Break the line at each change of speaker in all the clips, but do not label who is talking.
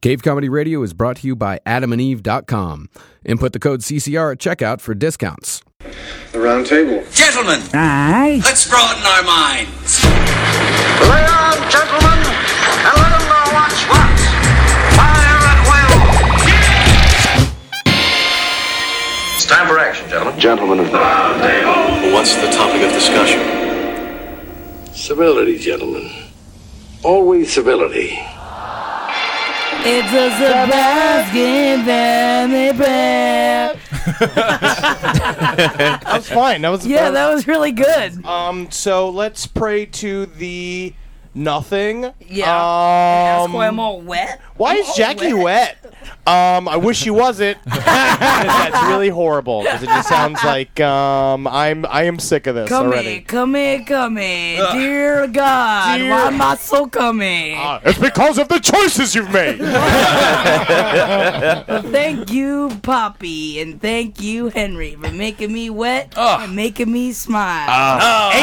Cave Comedy Radio is brought to you by adamandeve.com. Input the code CCR at checkout for discounts.
The round table.
Gentlemen,
Aye.
let's broaden our minds.
Lay on, gentlemen, and let 'em know what's what. Fire at will. It's time for action, gentlemen.
Gentlemen of the.
What's the topic of discussion?
Civility, gentlemen. Always civility.
It's a Sebastian Family Prep.
That was fine. That was
Yeah, that was really good.
um. So let's pray to the nothing.
Yeah.
Um,
Ask why I'm all wet.
Why is
I'm all
Jackie wet? Um. I wish she wasn't. That's really horrible because it just sounds like um. I'm I am sick of this
Come here,
already.
come here, come here. Dear God,
Dear-
why am I so coming?
Ah, It's because of the choices you've made.
thank you, Poppy, and thank you, Henry, for making me wet and making me smile.
Oh.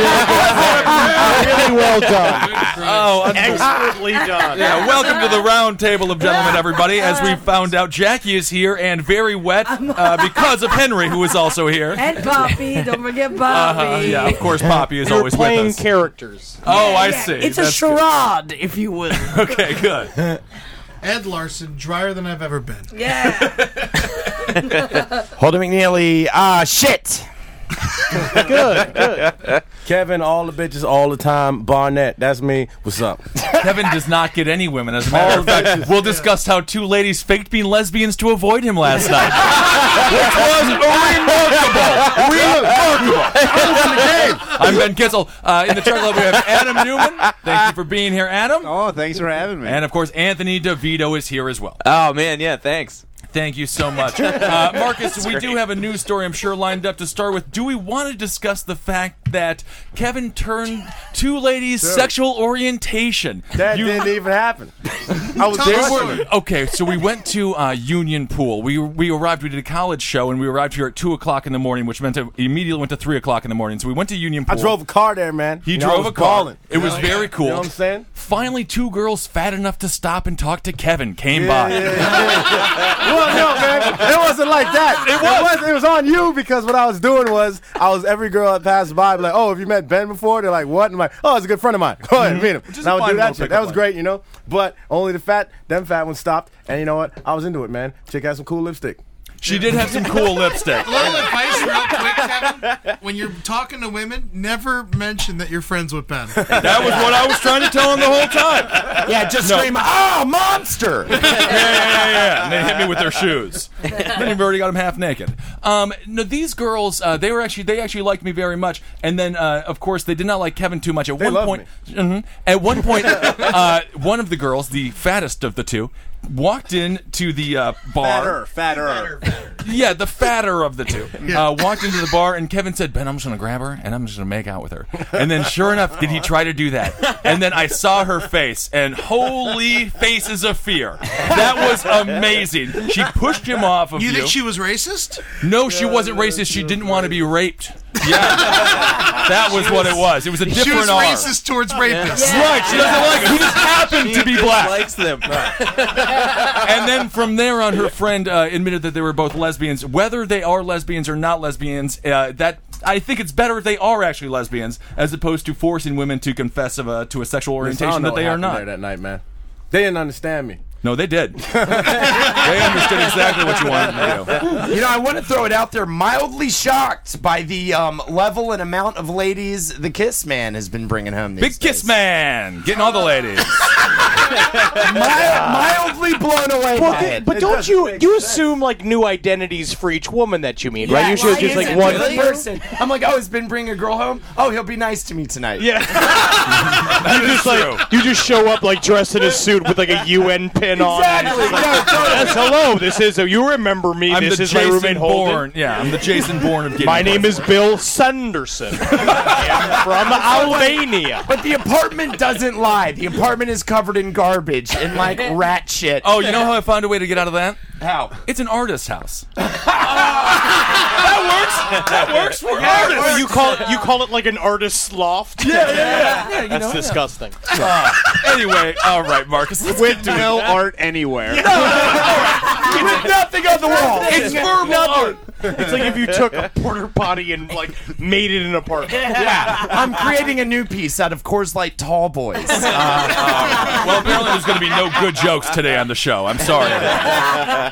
really well done.
Oh, expertly done. Yeah, welcome to the round table of gentlemen, everybody. As we found out, Jackie is here and very wet uh, because of Henry, who is also here.
and Poppy, don't forget
Uh-huh.
Uh,
Poppy.
yeah, of course, Poppy is
You're
always with
playing
us.
characters.
oh, I
Yeah,
see.
It's a
That's good.
charade, if you will.
Okay, good.
Ed Larson, drier than I've ever been.
Yeah.
Holden McNeely, ah, shit. good, good. Kevin, all the bitches, all the time. Barnett, that's me. What's up?
Kevin does not get any women. As a matter of fact, we'll discuss how two ladies faked being lesbians to avoid him last night. Which was remarkable. Remarkable. I'm Ben Kissel. Uh, in the truck club, we have Adam Newman. Thank you for being here, Adam.
Oh, thanks for having me.
And of course, Anthony DeVito is here as well.
oh, man, yeah, thanks.
Thank you so much. Uh, Marcus, we do have a news story, I'm sure, lined up to start with. Do we want to discuss the fact that Kevin turned two ladies' sexual orientation?
That
You-
didn't even happen. I was
Tell
there.
us
with
what-
it.
Okay, so we went to uh, Union Pool. We we arrived. We did a college show, and we arrived here at two o'clock in the morning, which meant to immediately went to three o'clock in the morning. So we went to Union
I
Pool.
drove a car there, man.
He
You know, I
drove
was
a car.
balling.
It was very cool.
You know what I'm saying?
Finally, two girls fat enough to stop and talk to Kevin came
Yeah,
by.
yeah, yeah. well, no, man, it wasn't like that. It was. It was, on you because what I was doing was I was every girl that passed by, be like, oh, have you met Ben before? They're like, what? And I'm like, oh, it's a good friend of mine. Go ahead, meet him.
is
And I
a
would
fine
do
little
that shit.
pickup
That was
line.
great, you know. But only the fat, them fat ones stopped, and you know what? I was into it, man. Chick had some cool lipstick.
She did have some cool lipstick.
Little advice, real quick, Kevin. When you're talking to women, never mention that you're friends with Ben.
That was what I was trying to tell him the whole time.
Yeah, just
scream,
oh, monster!
Yeah, yeah, yeah, yeah. And they hit me with their shoes. then we've already got them half naked. Um, no, these girls, uh, they were actually they actually liked me very much. And then, uh, of course, they did not like Kevin too much. At one
love
point, Mhm. at one point, uh, one of the girls, the fattest of the two, walked in to the uh, bar.
fatter.
Yeah, the fatter of the two. Uh, walked into the bar, and Kevin said, Ben, I'm just going to grab her, and I'm just going to make out with her. And then, sure enough, did he try to do that? And then I saw her face, and holy faces of fear. That was amazing. She pushed him off of you.
You think she was racist?
no, she wasn't racist. She didn't want to be raped. Yeah. that was what it was. It was a
She was
different R.
racist towards rapists.
Right, she doesn't like him. He just happened to be black. Likes them. and then from there on, her friend uh, admitted that they were both lesbians. Whether they are lesbians or not lesbians, uh, that I think it's better if they are actually lesbians as opposed to forcing women to confess of a, to a sexual orientation that they are not.
that night, man. They didn't understand me.
No, they did. they understood exactly what you wanted them to do.
You know, I want to throw it out there. Mildly shocked by the um, level and amount of ladies the Kiss Man has been bringing home. These
Big Kiss Man, getting all the ladies.
mildly blown away.
Well, th- but don't you you assume like new identities for each woman that you meet, right? Usually it's just like one.
person. I'm like, oh, it's been bringing a girl home. Oh, he'll be nice to me tonight. Yeah,
That is true.
You just show up like dressed in a suit with like a UN pin on.
exactly. No, totally.
Yes, hello. This is. You remember me?
I'm
this
the
is my
Jason
roommate
Bourne.
Holden.
Yeah, I'm the Jason Bourne of getting
My name is Bill Sanderson. I'm from Albania.
But the apartment doesn't lie. The apartment is covered in garbage and like rat shit.
Oh, you know how I found a way to get out of that?
How?
It's an artist house.
That works. That works for artists. Oh, You call it you call it like an artist's loft. Yeah, yeah, yeah. That's disgusting.
Uh, anyway, all right, Marcus. Let's
With no art anywhere.
nothing on the wall.
It's verbal art. It's like if you took a porter potty and like made it an apartment.
Yeah, I'm creating a new piece out of Coors Light Tall Boys. Uh,
Uh-huh.
well, apparently there's going to be no good jokes today on the show. I'm sorry.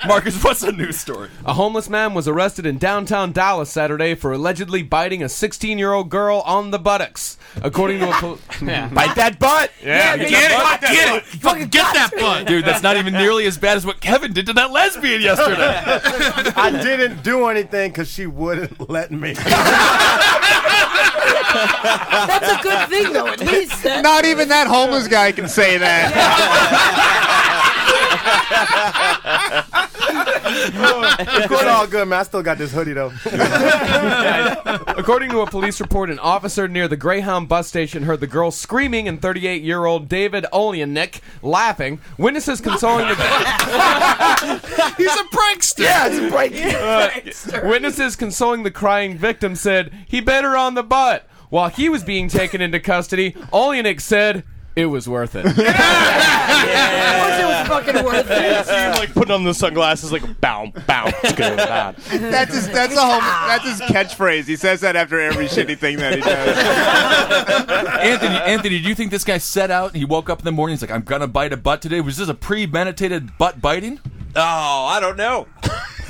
Marcus, what's the news story?
A homeless man was arrested in downtown Dallas Saturday for allegedly biting a 16 year old girl on the buttocks. According to a. pol-
Bite that butt.
Yeah,
get it,
get it. Fucking get that butt. Dude, that's not even nearly as bad as what Kevin did to that lesbian yesterday.
I didn't do anything because she wouldn't let me.
That's a good thing, though. At least that
Not even that homeless guy can say that.
it's all good, man. I still got this hoodie though.
According to a police report, an officer near the Greyhound bus station heard the girl screaming and 38 year old David Olyanik laughing. Witnesses consoling the
He's a prankster.
Yeah, it's a break.
Uh,
Uh, witnesses consoling the crying victim said he bit her on the butt. While he was being taken into custody, Olyanik said it was worth it.
was fucking worth it.
like putting on the sunglasses, like bow, bow. It's good.
That's his, that's a whole, that's his catchphrase. He says that after every shitty thing that he does.
Anthony, Anthony, do you think this guy set out and he woke up in the morning? He's like, I'm gonna bite a butt today. Was this a premeditated butt biting?
Oh, I don't know.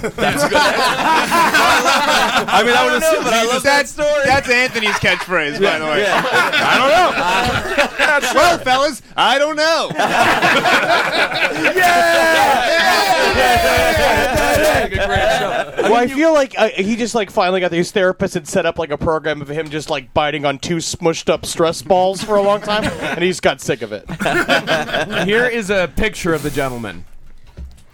I mean, I would assume.
But I love that story.
That's Anthony's catchphrase, by the way.
I don't know.
Well, fellas, I don't know.
Well, I feel like uh, he just like finally got his therapist had set up like a program of him just like biting on two smushed up stress balls for a long time, and he just got sick of it.
Here is a picture of the gentleman.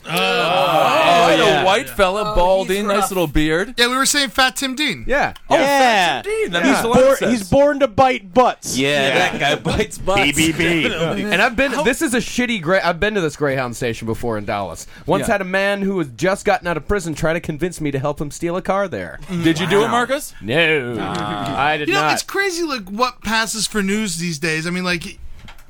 Oh, a white fella,
Oh,
bald
he's
in,
rough.
nice little beard.
Yeah, we were saying Fat Tim Dean.
Yeah.
Oh,
yeah,
Dean, that
he's,
makes a lot of
bor-
sense.
he's born to bite butts.
Yeah, that guy bites butts.
BBB.
And I've been. This is a shitty. Gray, I've been to this Greyhound station before in Dallas. Once
Yeah.
had a man who had just gotten out of prison try to convince me to help him steal a car there.
Did you do it, Marcus?
No, I did
You know,
not.
it's crazy like what passes for news these days. I mean, like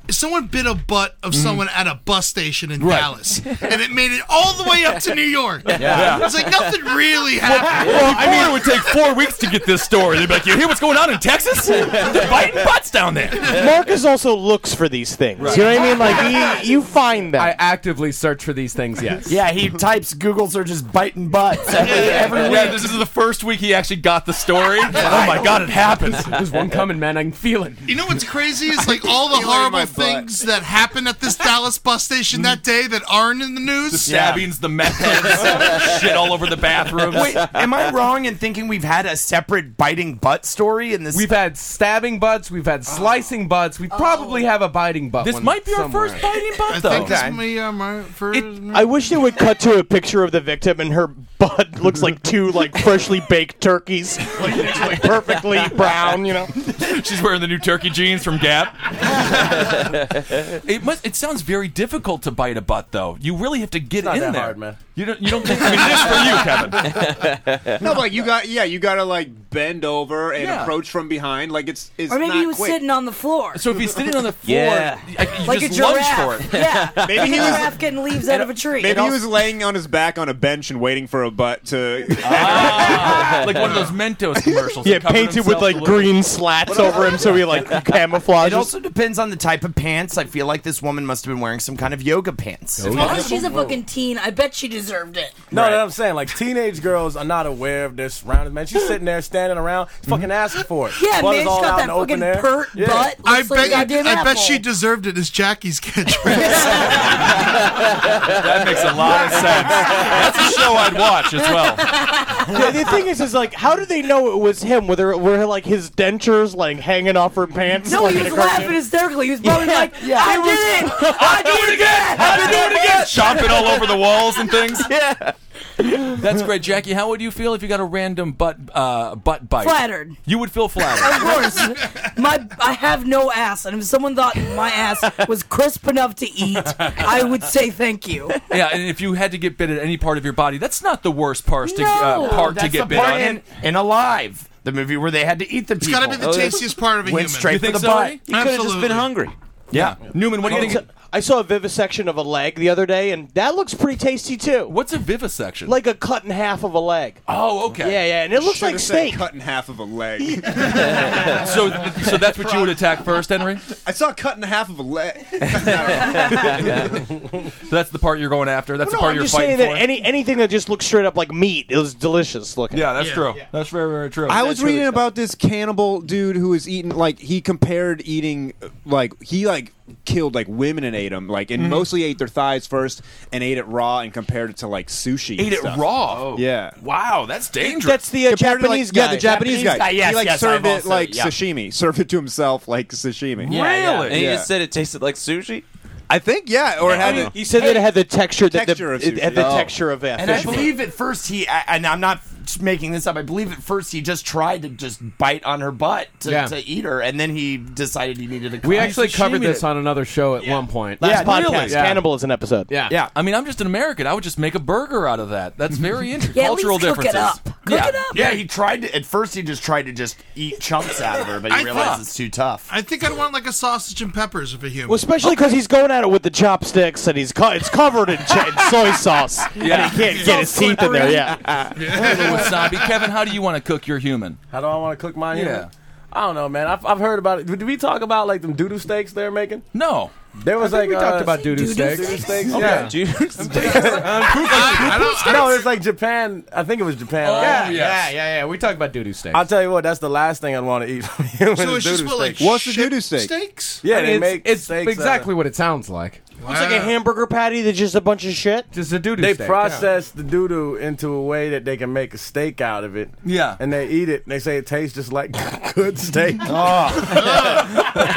someone bit a butt of someone at a bus station in Dallas, and it made it all the way up to New York.
Yeah.
It's like nothing really happened.
Well, I mean, it would take four weeks to get this story. They'd be like, "You hear what's going on in Texas? They're biting butts down there."
Marcus also looks for these things. You know what I mean? Like he, you find them.
I actively search for these things. Yes.
Yeah, he types Google searches biting butts every, every week.
Yeah, this is the first week he actually got the story. oh my god, it happened.
There's one coming, man. I can feel it.
You know what's crazy is like all the horrible things that happened at this Dallas bus station that day that aren't in the news.
Stabbings, the meth heads, shit all over the bathrooms.
Wait, am I wrong in thinking we've had a separate biting butt story in this?
We've had stabbing butts. We've had slicing butts. We probably have a biting butt.
Oh. this
one
might be our
somewhere.
first biting
I
butt, though.
think this may uh, my first.
I wish they would cut to a picture of the victim and her butt looks like two like freshly baked turkeys, like, it's, like, perfectly brown. You know,
She's wearing the new turkey jeans from Gap. it must. It sounds very difficult to bite a butt, though. You really have to get in
that
there,
hard, man.
You don't. You don't think I mean, this for you, Kevin?
No, but you got yeah, you gotta like bend over and
Yeah.
approach from behind. Like it's it's
Or maybe
not
he was
quick.
sitting on the floor.
So if he's sitting on the floor,
Yeah.
I- you
like a
just lunge
giraffe.
for it.
Yeah. Maybe
he was-
giraffe getting leaves out of a tree.
Maybe he was laying on his back on a bench and waiting for a butt to.
like one of those Mentos commercials.
yeah,
that covered
painted with
himself
like
to look-
green slats over him so he like camouflages.
it also depends on the type of pants. I feel like this woman must have been wearing some kind of yoga pants.
Oh, she's a fucking teen. I bet she deserved it.
No, that's what I'm saying. Like teenage girls are not aware of their surroundings. Man, she's sitting there standing around, fucking asking for it.
Yeah,
Butt
man,
is
she's
all
got
out
that
in the open
fucking
air.
pert
Yeah.
butt.
I
Looks like a
bet you,
goddamn
I bet
apple.
she deserved it. Is Jackie's catchphrase?
That makes a lot of sense. That's a show I'd watch as well.
Yeah, the thing is, is like, how do they know it was him? Whether were like his dentures like hanging off her pants?
No,
like,
he
in a
was
cartoon?
laughing hysterically. He was probably like,
yeah.
I
It
did it! I did it!
I'll do it again. Chomping all over the walls and things.
Yeah.
That's great, Jackie. How would you feel if you got a random butt uh, butt bite?
Flattered.
You would feel
Of
flattered.
course, my I have no ass, and if someone thought my ass was crisp enough to eat, I would say thank you.
yeah, and if you had to get bit at any part of your body, that's not the worst part to uh, part to
that's
get
the
bit
part
on.
in, in Alive, the movie where they had to eat the
It's
people.
gotta be the tastiest part of a
Went
human.
straight
You
for
think
the
so,
butt.
Eddie? You could've just Absolutely. been hungry.
Yeah.
Newman, what do you think?
I saw a vivisection of a leg the other day, and that looks pretty tasty too.
What's a vivisection?
Like a cut in half of a leg.
Oh, okay.
Yeah, yeah, and it looks
Should've
like
said
steak.
Cut in half of a leg.
so, so that's what you would attack first, Henry.
I saw cut in half of a leg.
So that's the part you're going after. That's
Well,
the part
no, I'm
you're
just
fighting
saying
for.
that any anything that just looks straight up like meat is delicious looking.
yeah, that's true. That's very, very true.
I was reading about this cannibal dude who was eating like he compared eating uh, like he like killed like women and ate them like and
Mhm.
mostly ate their thighs first and ate it raw and compared it to like sushi. and
Ate it
stuff.
raw?
Yeah.
Oh. Wow, that's dangerous.
That's
the
uh, Japanese
guy.
Yeah, the Japanese,
Japanese
guy.
guy, yes,
he like
yes,
served
I've
it
also-
like
yeah.
sashimi. Served it to himself like sashimi.
Yeah, yeah. And he
Yeah.
just said it tasted like sushi.
I think yeah, or
Yeah, I
had
mean,
it.
he said that it had the texture that the-
texture of
it
sushi.
had the
yeah.
texture of
And I believe at first he, I- and I'm not making this up. I believe at first he just tried to just bite on her butt to,
Yeah.
to eat her, and then he decided he needed a.
We actually covered this on another show at one point.
Last
Yeah,
podcast,
really? Yeah.
Cannibal is an episode.
Yeah.
Yeah.
I mean, I'm just an American. I would just make a burger out of that. That's very interesting.
Yeah, at
Cultural
least cook it
differences.
up. yeah. Yeah, he tried to. At first, he just tried to just eat chunks out of her, but
I
he realized
thought-
it's too tough.
I think I'd want like a sausage and peppers if a human.
Well, especially because he's going at it with the chopsticks and he's co- it's covered in, ch- in soy sauce
Yeah.
and he can't get his teeth in there. Yeah.
Little wasabi. Kevin, how do you want to cook your human?
How do I want to cook my
Yeah.
human? I don't know, man. I've, I've heard about it. Did we talk about like them doodoo steaks they're making?
No.
There was
I
like
think we talked
uh,
about doo-doo steaks.
Doo-doo steaks.
Okay.
Yeah.
Doo-doo
Um,
no, it's like Japan. I think it was
Oh,
Japan. right?
yeah, yeah, yeah, yeah. We talk about doo-doo steaks.
I'll tell you what. That's the last thing I'd want to eat. From human
So
is
it's just
doo-doo
what, like,
steaks.
What's a shit doo-doo steak? steaks?
Yeah,
I mean,
they
it's-
make
it's
steaks uh, out of-
exactly what it sounds like.
It's like a hamburger patty that's just a bunch of shit.
Just a doo
They process the doo doo into a way that they can make a steak out of it.
Yeah.
And they eat it. And they say it tastes just like good steak. oh.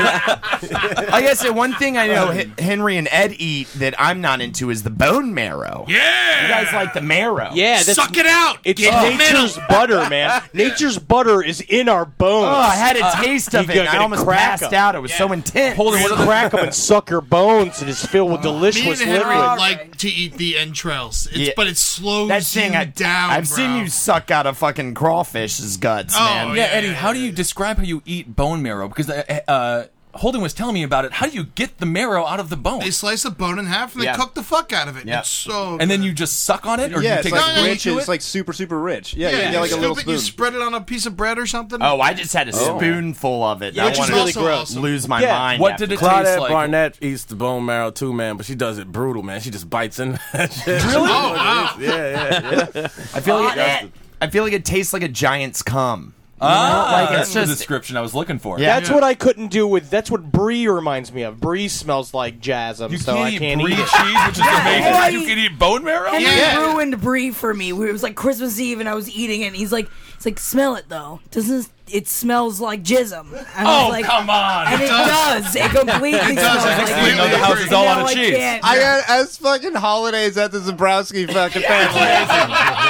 I guess the one thing I know Hen- Henry and Ed eat that I'm not into is the bone marrow. Yeah, you guys like the marrow.
Yeah, that's- Suck it out! It's Get in the nature's middle. butter, man. Nature's butter is in our bones.
Oh, I had a taste of
You
it. and
gotta
I almost
crack
passed
'em.
out. It was so intense.
Hold it,
What
crack them and suck your bones, and it's filled with
Me and
delicious
Henry
liquid.
like to eat the entrails, it's,
Yeah.
but it slows
That thing
you
I,
down.
I've
bro.
seen you suck out a fucking crawfish's guts,
Oh,
man.
yeah, Eddie, how do you describe how you eat bone marrow? Because uh, uh, Holden was telling me about it. How do you get the marrow out of the bone? They
slice the bone in half and
they Yeah.
cook the fuck out of it. It's so.
And then you just suck on it, or
yeah,
you
it's
take
like
a
Oh. rich.
into
It's
it?
like super super rich. Yeah, yeah,
you
like a
scoop
little
it, You
spoon.
spread it on a piece of bread or something.
Oh, I just had a
Oh.
spoonful of it.
Yeah,
I
which is
wanted
also
to gross.
awesome.
lose my
Yeah.
mind. after that.
Claudette Barnett eats the bone marrow too, man, but she does it brutal, man. She just bites in. that shit.
Oh,
wow.
Yeah, yeah, yeah.
I feel like
Claudette.
it, I feel like it tastes like a giant's cum. You know,
Ah,
like
that's
it's
the
just
description I was looking for.
That's what I couldn't do with. That's what brie reminds me of. Brie smells like jasm, so I can't
brie
eat it.
cheese, which is amazing. that You can eat bone marrow.
Henry ruined Brie for me. We- It was like Christmas Eve, and I was eating, it, and he's like, "It's like smell it though. Doesn't it smells like jism?" And I was
Oh,
like,
come on.
And
It
it,
does.
does. It completely
It does.
smells
I
like
completely
jism.
The house is all
No,
out of
I
cheese.
can't.
I had as fucking holidays at the Zabrowski fucking family.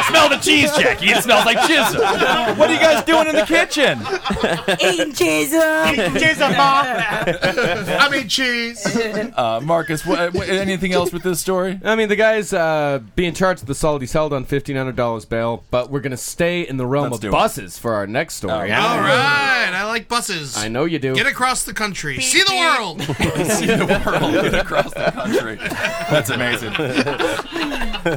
Smell the cheese, Jackie. It smells like jism. What are you guys doing in the kitchen?
Eating jism.
Eating
jism,
I
mean, cheese.
Uh, Marcus, what, what, anything else with this story?
I mean, the guy's uh, being charged with assault. He's held on fifteen hundred dollars bail, but we're gonna stay in the realm
Let's do
of
it.
buses for our next story.
All right, I like buses.
I know you do.
Get across the country, see the world.
See the world get across the country. That's amazing.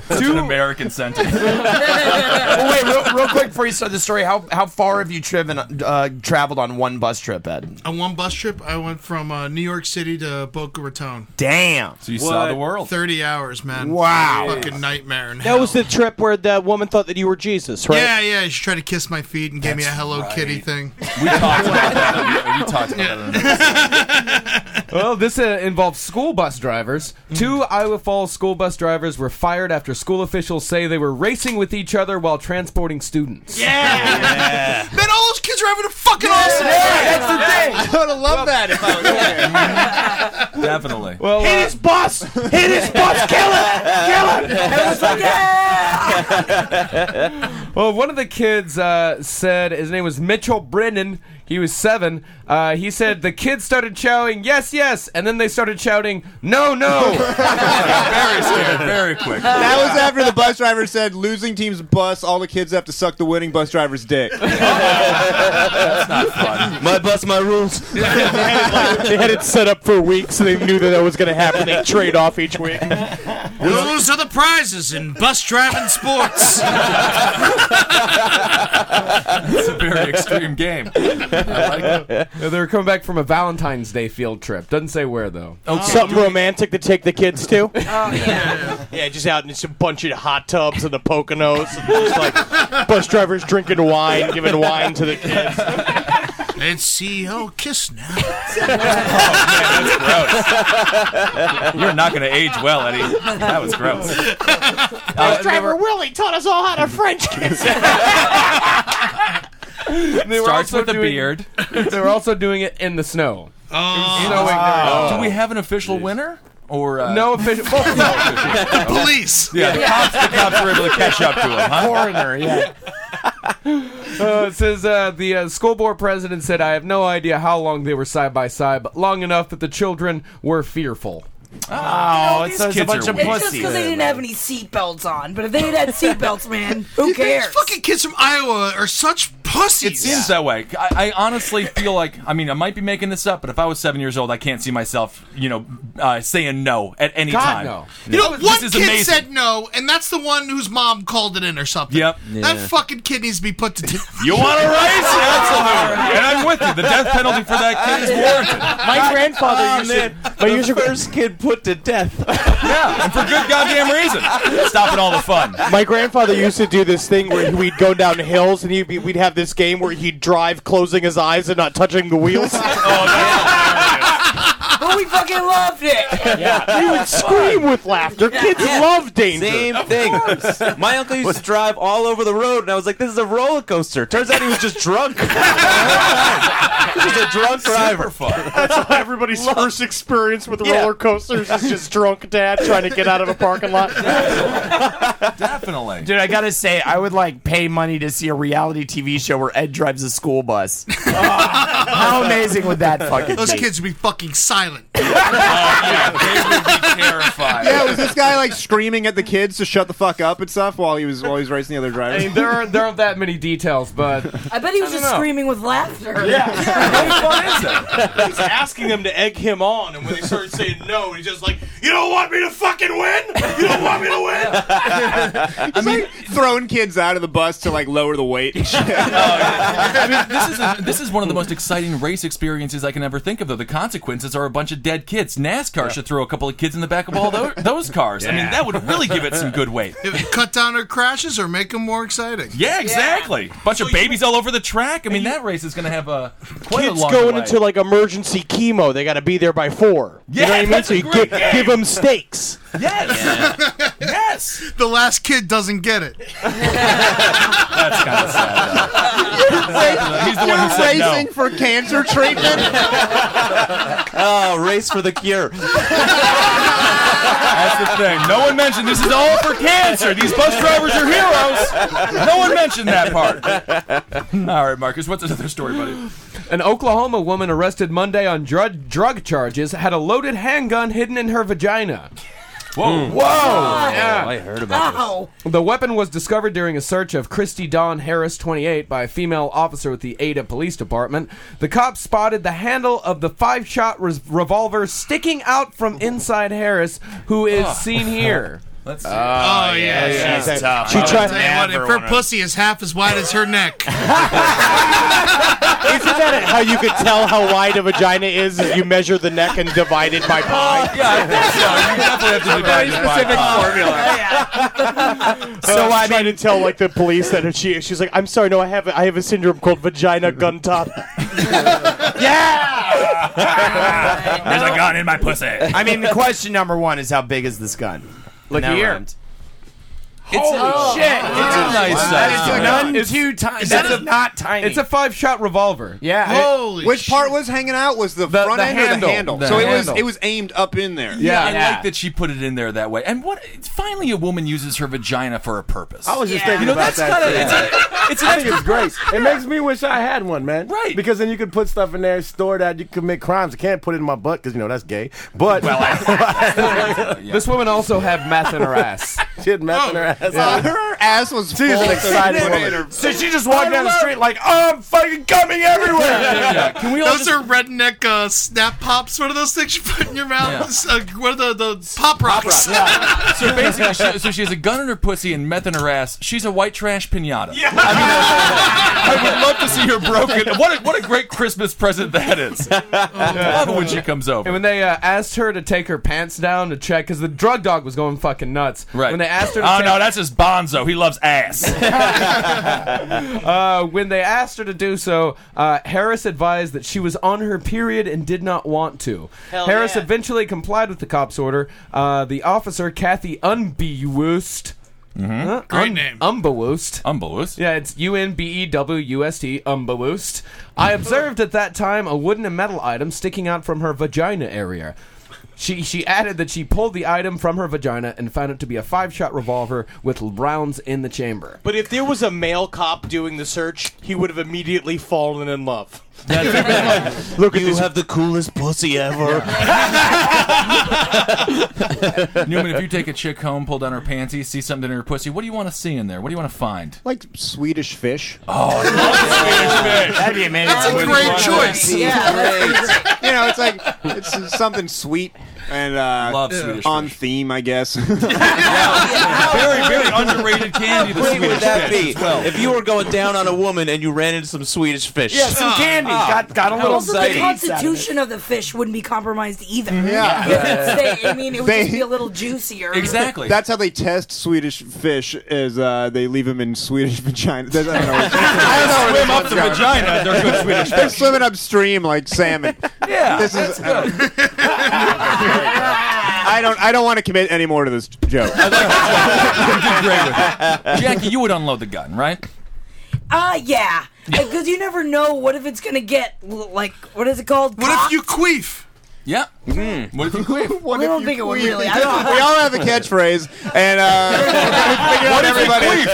Such an American sentence.
oh, wait, real, real quick before you start the story, how how far have you driven, uh, traveled on one bus trip, Ed?
On one bus trip, I went from uh, New York City to Boca Raton.
Damn.
So you
What?
saw the world.
Thirty hours, man.
Wow.
Fucking nightmare. And
That was the trip where that woman thought that you were Jesus, right?
Yeah, yeah. She tried to kiss my feet and gave me a Hello Kitty thing.
We talked about that. We talked about that.
well, this uh, involves school bus drivers. Two Iowa Falls school bus drivers were fired after school officials say they were racing with each other while transporting students.
Man, all those kids are having a fucking awesome
that's the thing. I
would have loved that if I was there.
Definitely.
Well, uh,
hit his bus, hit his bus, kill him, kill him.
And I was like, yeah.
well, one of the kids uh, said his name was Mitchell Brennan. He was seven. Uh, he said the kids started shouting "Yes, yes," and then they started shouting "No, no." very scared, very quick.
That was after the bus driver said, "Losing team's bus. All the kids have to suck the winning bus driver's dick."
My bus, my rules.
they had it set up for weeks, and they knew that that was going to happen. They trade off each week.
Those are the prizes in bus driving sports.
it's a very extreme game.
Yeah, they were coming back from a Valentine's Day field trip. Doesn't say where though.
Oh, Something romantic to take the kids to. yeah. just out in some bunch of hot tubs and the Poconos. And just like bus drivers drinking wine, giving wine to the kids.
Let's see
oh,
how kiss now.
You're not going to age well, Eddie. That was gross.
Bus driver Willie taught us all how to French kiss.
They were
Starts
also
with a
doing-
beard.
they were also doing it in the snow.
Oh. Do we have an official winner? Or uh,
No official. the
police. Yeah, the cops. The cops were able to catch up to him. Huh?
Coroner, yeah. Uh, it says uh, the uh, school board president said, "I have no idea how long they were side by side, but long enough that the children were fearful."
Ah,
Oh,
it's- it's a bunch of
it's just
pussies.
because they didn't have any seatbelts on. But if they had had seatbelts, man, who
These
cares?
fucking kids from Iowa are such pussies.
It seems that way. I, I honestly feel like I mean I might be making this up, but if I was seven years old, I can't see myself, you know, uh, saying no at any
God,
time.
no. You know,
This
one
is
kid
amazing.
said no, and that's the one whose mom called it in or something.
Yep.
That
Yeah.
fucking kid needs to be put to death.
You want a raise? Absolutely. And I'm with you. The death penalty for that kid is warranted.
My grandfather
Oh,
used to-
My user first kid put to death. yeah, and for good goddamn reason. Stopping all the fun.
My grandfather used to do this thing where we'd go down hills and he'd be, we'd have this game where he'd drive closing his eyes and not touching the wheels.
but we fucking loved it.
Yeah. We would scream with laughter. Kids love danger.
Same thing. My uncle used to drive all over the road, and I was like, "This is a roller coaster." Turns out he was just drunk. He was just a drunk driver.
That's how everybody's first experience with roller coasters is just drunk dad trying to get out of a parking lot.
Definitely.
Dude, I gotta say, I would like pay money to see a reality TV show where Ed drives a school bus. how amazing would that fucking
Those
be?
kids would be fucking silent.
terrified.
yeah, was this guy like screaming at the kids to shut the fuck up and stuff while he was while he was racing the other
I
driver?
mean, there aren't there aren't that many details, but
I bet he was just
know.
screaming with laughter.
He's asking them to egg him on, and when they started saying no, he's just like, "You don't want me to fucking win? You don't want me to win?"
I mean, throwing kids out of the bus to like lower the weight. and shit.
I mean, this is a, this is one of the most exciting race experiences I can ever think of. Though the consequences are a bunch of dead kids. NASCAR should throw a couple of kids in the back of all those, those cars. I mean, that would really give it some good weight.
If it cut down their crashes or make them more exciting.
Yeah, exactly. Bunch of babies all over the track. I mean, that race is going to have a quite a
Kids
long
going
way.
into like emergency chemo, they got to be there by four. you
Yeah,
know what I mean?
that's
So
a
you
great
gi-
game.
give them steaks.
Yes. yes.
The last kid doesn't get it.
That's kind of sad.
He's the one who said
You're
no.
racing for cancer treatment.
Oh, race for the cure.
That's the thing. No one mentioned this is all for cancer. These bus drivers are heroes. No one mentioned that part. All right, Marcus, what's another story, buddy?
An Oklahoma woman arrested Monday on drug drug charges had a loaded handgun hidden in her vagina.
Whoa.
Whoa! Yeah.
Oh, I heard
Ow.
The weapon was discovered during a search of Christy Dawn Harris, 28, by a female officer with the Ada Police Department. The cops spotted the handle of the five shot res- revolver sticking out from inside Harris, who is
Ah.
seen here.
Let's
Oh, yeah,
she's tough.
She
I would
tried. Tell you what,
never
if her
wanna-
pussy is half as wide as her neck,
Isn't that how you could tell how wide a vagina is? If you measure the neck and divide it by pi.
Uh, Yeah, I think so. You definitely have to divide it by five.
So I trying to tell like the police that she she's like, I'm sorry, no, I have a, I have a syndrome called vagina gun top.
There's
a gun in my pussy.
I mean, the question number one is how big is this gun?
Look
Now
here.
rhymed.
Holy
shit. It's a nice
That
size.
is a
Wow.
gun
It's-
too tiny.
is
That's
that a-
not tiny.
It's a
five-shot revolver.
Yeah.
Yeah. Holy
Which part was hanging out was the, front
the
end or
handle.
the handle.
The
so it was
handle.
it was aimed up in there.
Yeah, I like that she put it in there that way. And what? Finally, a woman uses her vagina for a purpose.
I was just thinking
you know,
about
that's
that.
Kinda,
today.
it's a- it's an
I think
extra
it's great. It makes me wish I had one, man. Right. Because then you could put stuff in there, store that, you commit crimes. I can't put it in my butt because, you know, that's gay. But
this woman also had meth in her ass.
she had meth in her
Oh.
ass.
Yeah.
Her ass was
She's an
full.
excited
Yeah.
woman.
So she just walked down the street
like, I'm fucking coming everywhere.
Can we all
those are redneck uh, snap pops. What are those things you put in your mouth?
Yeah.
Uh, what are the, the pop rocks?
so basically, she, so she has a gun in her pussy and meth in her ass. She's a white trash pinata. Yeah. I, mean, I would love to see her broken. What a, what a great Christmas present that is. I love it when she comes over.
And when they uh, asked her to take her pants down to check, because the drug dog was going fucking nuts. Right. When they asked her to
oh
take,
no, that's just Bonzo. He loves ass.
uh, when they asked her to do so, uh, Harris advised that she was on her period and did not want to.
Hell
Harris eventually complied with the cop's order. Uh, the officer, Kathy Unbewust. Uh,
Mm-hmm. Great
Un-
name.
Umbewust.
Umbewust.
Yeah, it's U N B E W U S T. Umbewust. I
Mm-hmm.
observed at that time a wooden and metal item sticking out from her vagina area. She she added that she pulled the item from her vagina and found it to be a five shot revolver with rounds in the chamber.
But if there was a male cop doing the search, he would have immediately fallen in love.
Look at you have the coolest pussy ever.
Newman, if you take a chick home, pull down her panties, see something in her pussy, what do you want to see in there? What do you want to find?
Like Swedish fish.
Oh,
That'd be amazing.
That's a
Wouldn't
great
you want that?
choice.
Yeah,
Yeah.
great. you know, it's like it's something sweet and uh,
Love Swedish
on theme, I guess.
very, very underrated candy.
How
The
great
Swedish
would that
fish
be
as well.
if you were going down on a woman and you ran into some Swedish fish?
Yeah, some candy.
Ah,
Got- got a
how
little
Also, the
exciting.
constitution of the fish wouldn't be compromised either.
Yeah.
It would stay- I mean, it would
They-
just be a little juicier.
That's how they test Swedish fish is uh, they leave them in Swedish vagina. I don't know. I
Swim up the vagina, they're good Swedish
They're
fish.
swimming upstream like salmon.
Yeah,
This is. I don't. I don't want to commit any more to this joke.
Jackie, you would unload the gun, right?
Uh, yeah. Because you never know what if it's going to get, l- like, what is it called? What if you
queef?
Yeah.
Mm.
What if you quit?
I don't think it would really. I don't
we all have a catchphrase, and uh, we figure out everybody.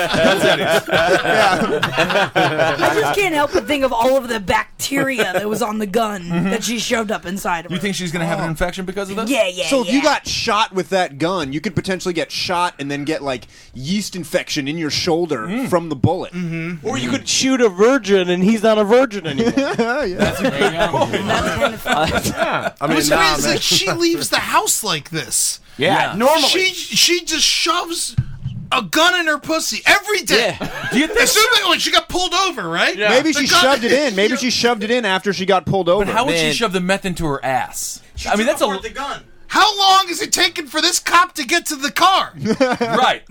I just can't help but think of all of the bacteria that was on the gun that she shoved up inside of her.
Mm-hmm. You think she's going to have an infection because of this?
Yeah, yeah,
Oh. So if
yeah.
you got shot with that gun, you could potentially get shot and then get like yeast infection in your shoulder from the bullet. Mm-hmm.
Mm. Or you could shoot a virgin and he's not a virgin anymore.
I
mean,
Which means
nah, man.
that she leaves the house like this.
Yeah, Yeah. normally.
She she just shoves a gun in her pussy every day.
Do you think
as soon as like, she got pulled over, right?
Maybe
The
she
gun-
shoved it in. Maybe she shoved it in after she got pulled over.
But how would she shove the meth into her ass? I mean, that's a
gun. How long is it taking for this cop to get to the car?
right.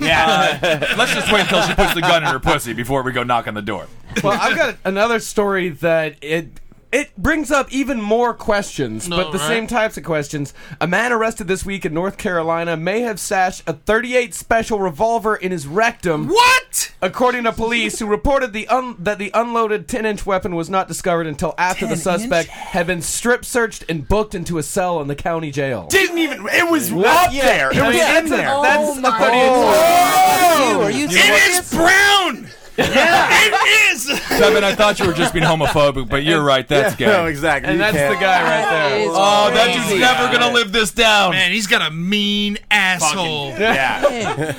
Yeah. Uh, let's just wait until she puts the gun in her pussy before we go knock on the door.
well, I've got another story that it it brings up even more questions,
No,
but the
right?
same types of questions. A man arrested this week in North Carolina may have stashed a 38 special revolver in his rectum.
What?
According to police, who reported the un- that the unloaded 10-inch weapon was not discovered until after the
10-inch?
suspect had been strip searched and booked into a cell in the county jail.
Didn't even. It was
What?
up
Yeah.
there. It was
Yeah.
in there.
Oh That's my a pretty-
Oh.
Are you- are you
It is brown. Yeah, it is.
Kevin, I thought you were just being homophobic, but you're right. That's
Yeah,
gay.
no, exactly,
And you that's can't. the guy right there. That is
Oh, that
crazy.
dude's never gonna live this down.
Man, he's got a mean asshole.
yes.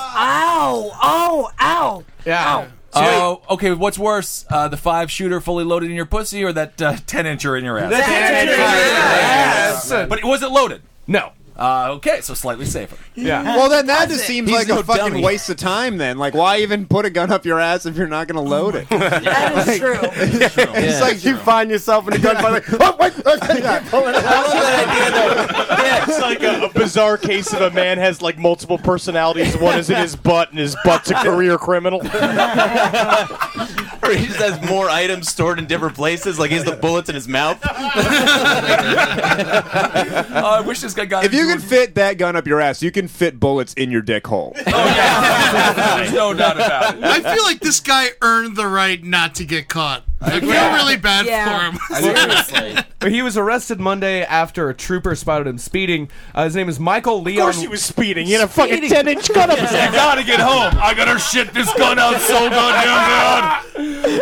Ow! Oh! Ow!
Yeah.
Oh, okay. What's worse, uh, the five shooter fully loaded in your pussy, or that uh, ten incher in your ass?
The 10-incher in your ass.
But was it loaded?
No.
Uh, okay, so slightly safer.
Well, then that just seems
He's
like
no
a fucking
dummy.
waste of time. Then, like, why even put a gun up your ass if you're not going to
Oh
load it? That
is true.
it's like you
find yourself in the gunfight. Like, oh, wait,
it's like a, a bizarre case of a man has like multiple personalities. One is in his butt, and his butt's a career criminal.
where he just has more items stored in different places. Like he has the bullets in his mouth.
I wish this guy got.
If you can fit that gun up your ass, you can fit bullets in your dick hole.
There's no doubt about it.
I feel like this guy earned the right not to get caught. I feel really bad for him.
he was arrested Monday after a trooper spotted him speeding. Uh, his name is Michael Leon. Of course, he
was speeding. He had a fucking 10-inch gun up his
I gotta get home. I gotta shit this gun out so goddamn
bad.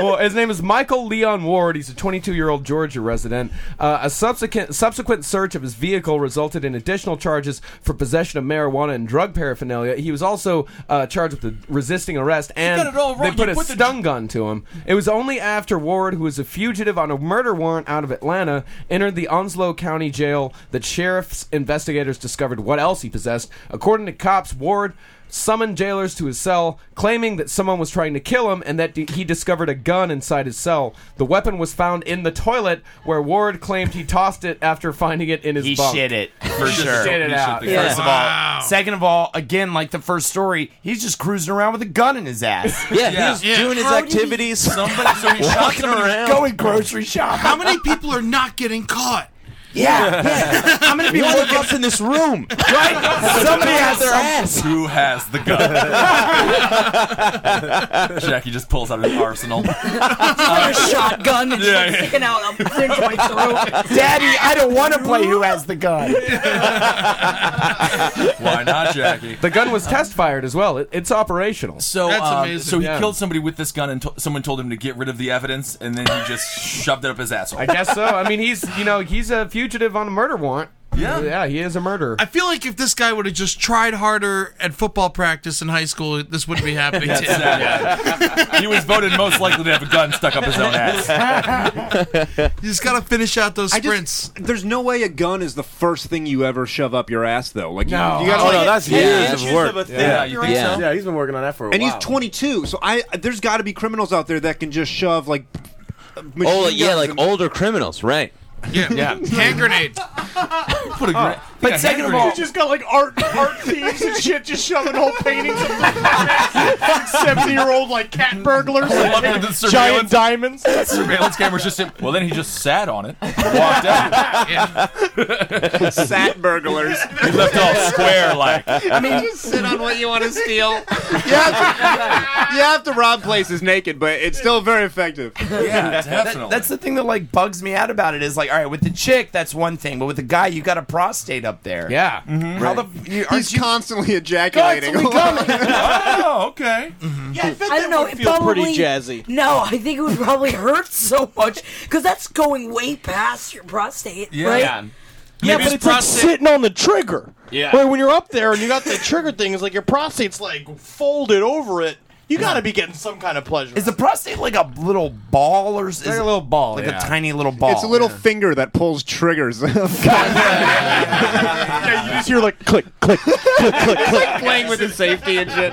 Well, his name is Michael Leon Ward. He's a 22-year-old Georgia resident. Uh, a subsequent subsequent search of his vehicle resulted in additional charges for possession of marijuana and drug paraphernalia. He was also uh, charged with resisting arrest, and
got it all wrong.
they put
You
a
put the-
stun gun to him. It was only after Ward, who was a fugitive on a murder warrant out of Atlanta, entered the Onslow County Jail that sheriff's investigators discovered what else he possessed. According to cops, Ward summoned jailers to his cell, claiming that someone was trying to kill him and that d- he discovered a gun inside his cell. The weapon was found in the toilet, where Ward claimed he tossed it after finding it in his
He
bunk.
shit it for
He
sure.
Shit it
He
out.
the- First of all, second of all, again, like the first story, he's just cruising around with a gun in his ass.
Yeah, he was Yeah. doing his How did he-
activities.
Somebody- so he shot
walking
somebody-
around, going grocery shopping.
How many people are not getting caught?
Yeah, yeah. How many people
One
look up in this room? Right? Somebody has their ass.
Who has the gun? Jackie just pulls out his arsenal. Uh,
a shotgun that's
Yeah,
like
yeah.
sticking out a fringe of my throat.
Daddy, I don't want to play who has the gun.
Why not, Jackie?
The gun was test fired as well. It, it's operational.
So, um, so he
Yeah.
killed somebody with this gun, and to- someone told him to get rid of the evidence, and then he just shoved it up his asshole.
I guess so. I mean, he's you know he's a fugitive on a murder warrant. Yeah, yeah, he is a murderer.
I feel like if this guy would have just tried harder at football practice in high school, this wouldn't be happening
That's
to him.
sad. he was voted most likely to have a gun stuck up his own ass.
You just gotta finish out those
sprints. there's no way a gun is the first thing you ever shove up your ass, though. Like,
No.
you, you gotta,
Oh,
like,
no, that's
yeah.
years of work. Yeah. Yeah, you think so?
Yeah,
he's been working on that for a
and
while.
he's 22, so I there's got to be criminals out there that can just shove like.
Oh, like, yeah, like older criminals, right?
Yeah,
yeah.
Hand grenade.
What a
gra-
But Yeah, second hand of all- grenade.
just got like art art thieves and shit just shoving whole paintings of like seventy year old like cat burglars.
Up into the
Giant
surveillance-
diamonds.
Surveillance cameras just. Well, then he just sat on it, walked out.
Sat burglars.
He left all square like.
I mean,
just sit on what you want to steal.
you have to rob places naked, but it's still very effective.
Yeah, That, that's the thing that like bugs me out about it is like, all right, with the chick, that's one thing, but with the guy, you got a prostate up there.
Yeah,
how the you,
He's constantly ejaculating.
constantly coming.
oh, okay.
Mm-hmm. I, don't know. It
feel
probably,
pretty jazzy.
No, I think it would probably hurt so much because that's going way past your prostate,
Yeah.
right?
Yeah. Yeah, but it's like sitting on the trigger.
Yeah.
Like when you're up there and you got the trigger thing, it's like your prostate's like folded over it. You got to be getting some kind of pleasure.
Is the prostate like a little ball or is like a little ball, like
yeah.
a tiny little ball?
It's a little finger that pulls triggers.
yeah, you just hear like click, click, click, click, click.
Playing with the safety and shit.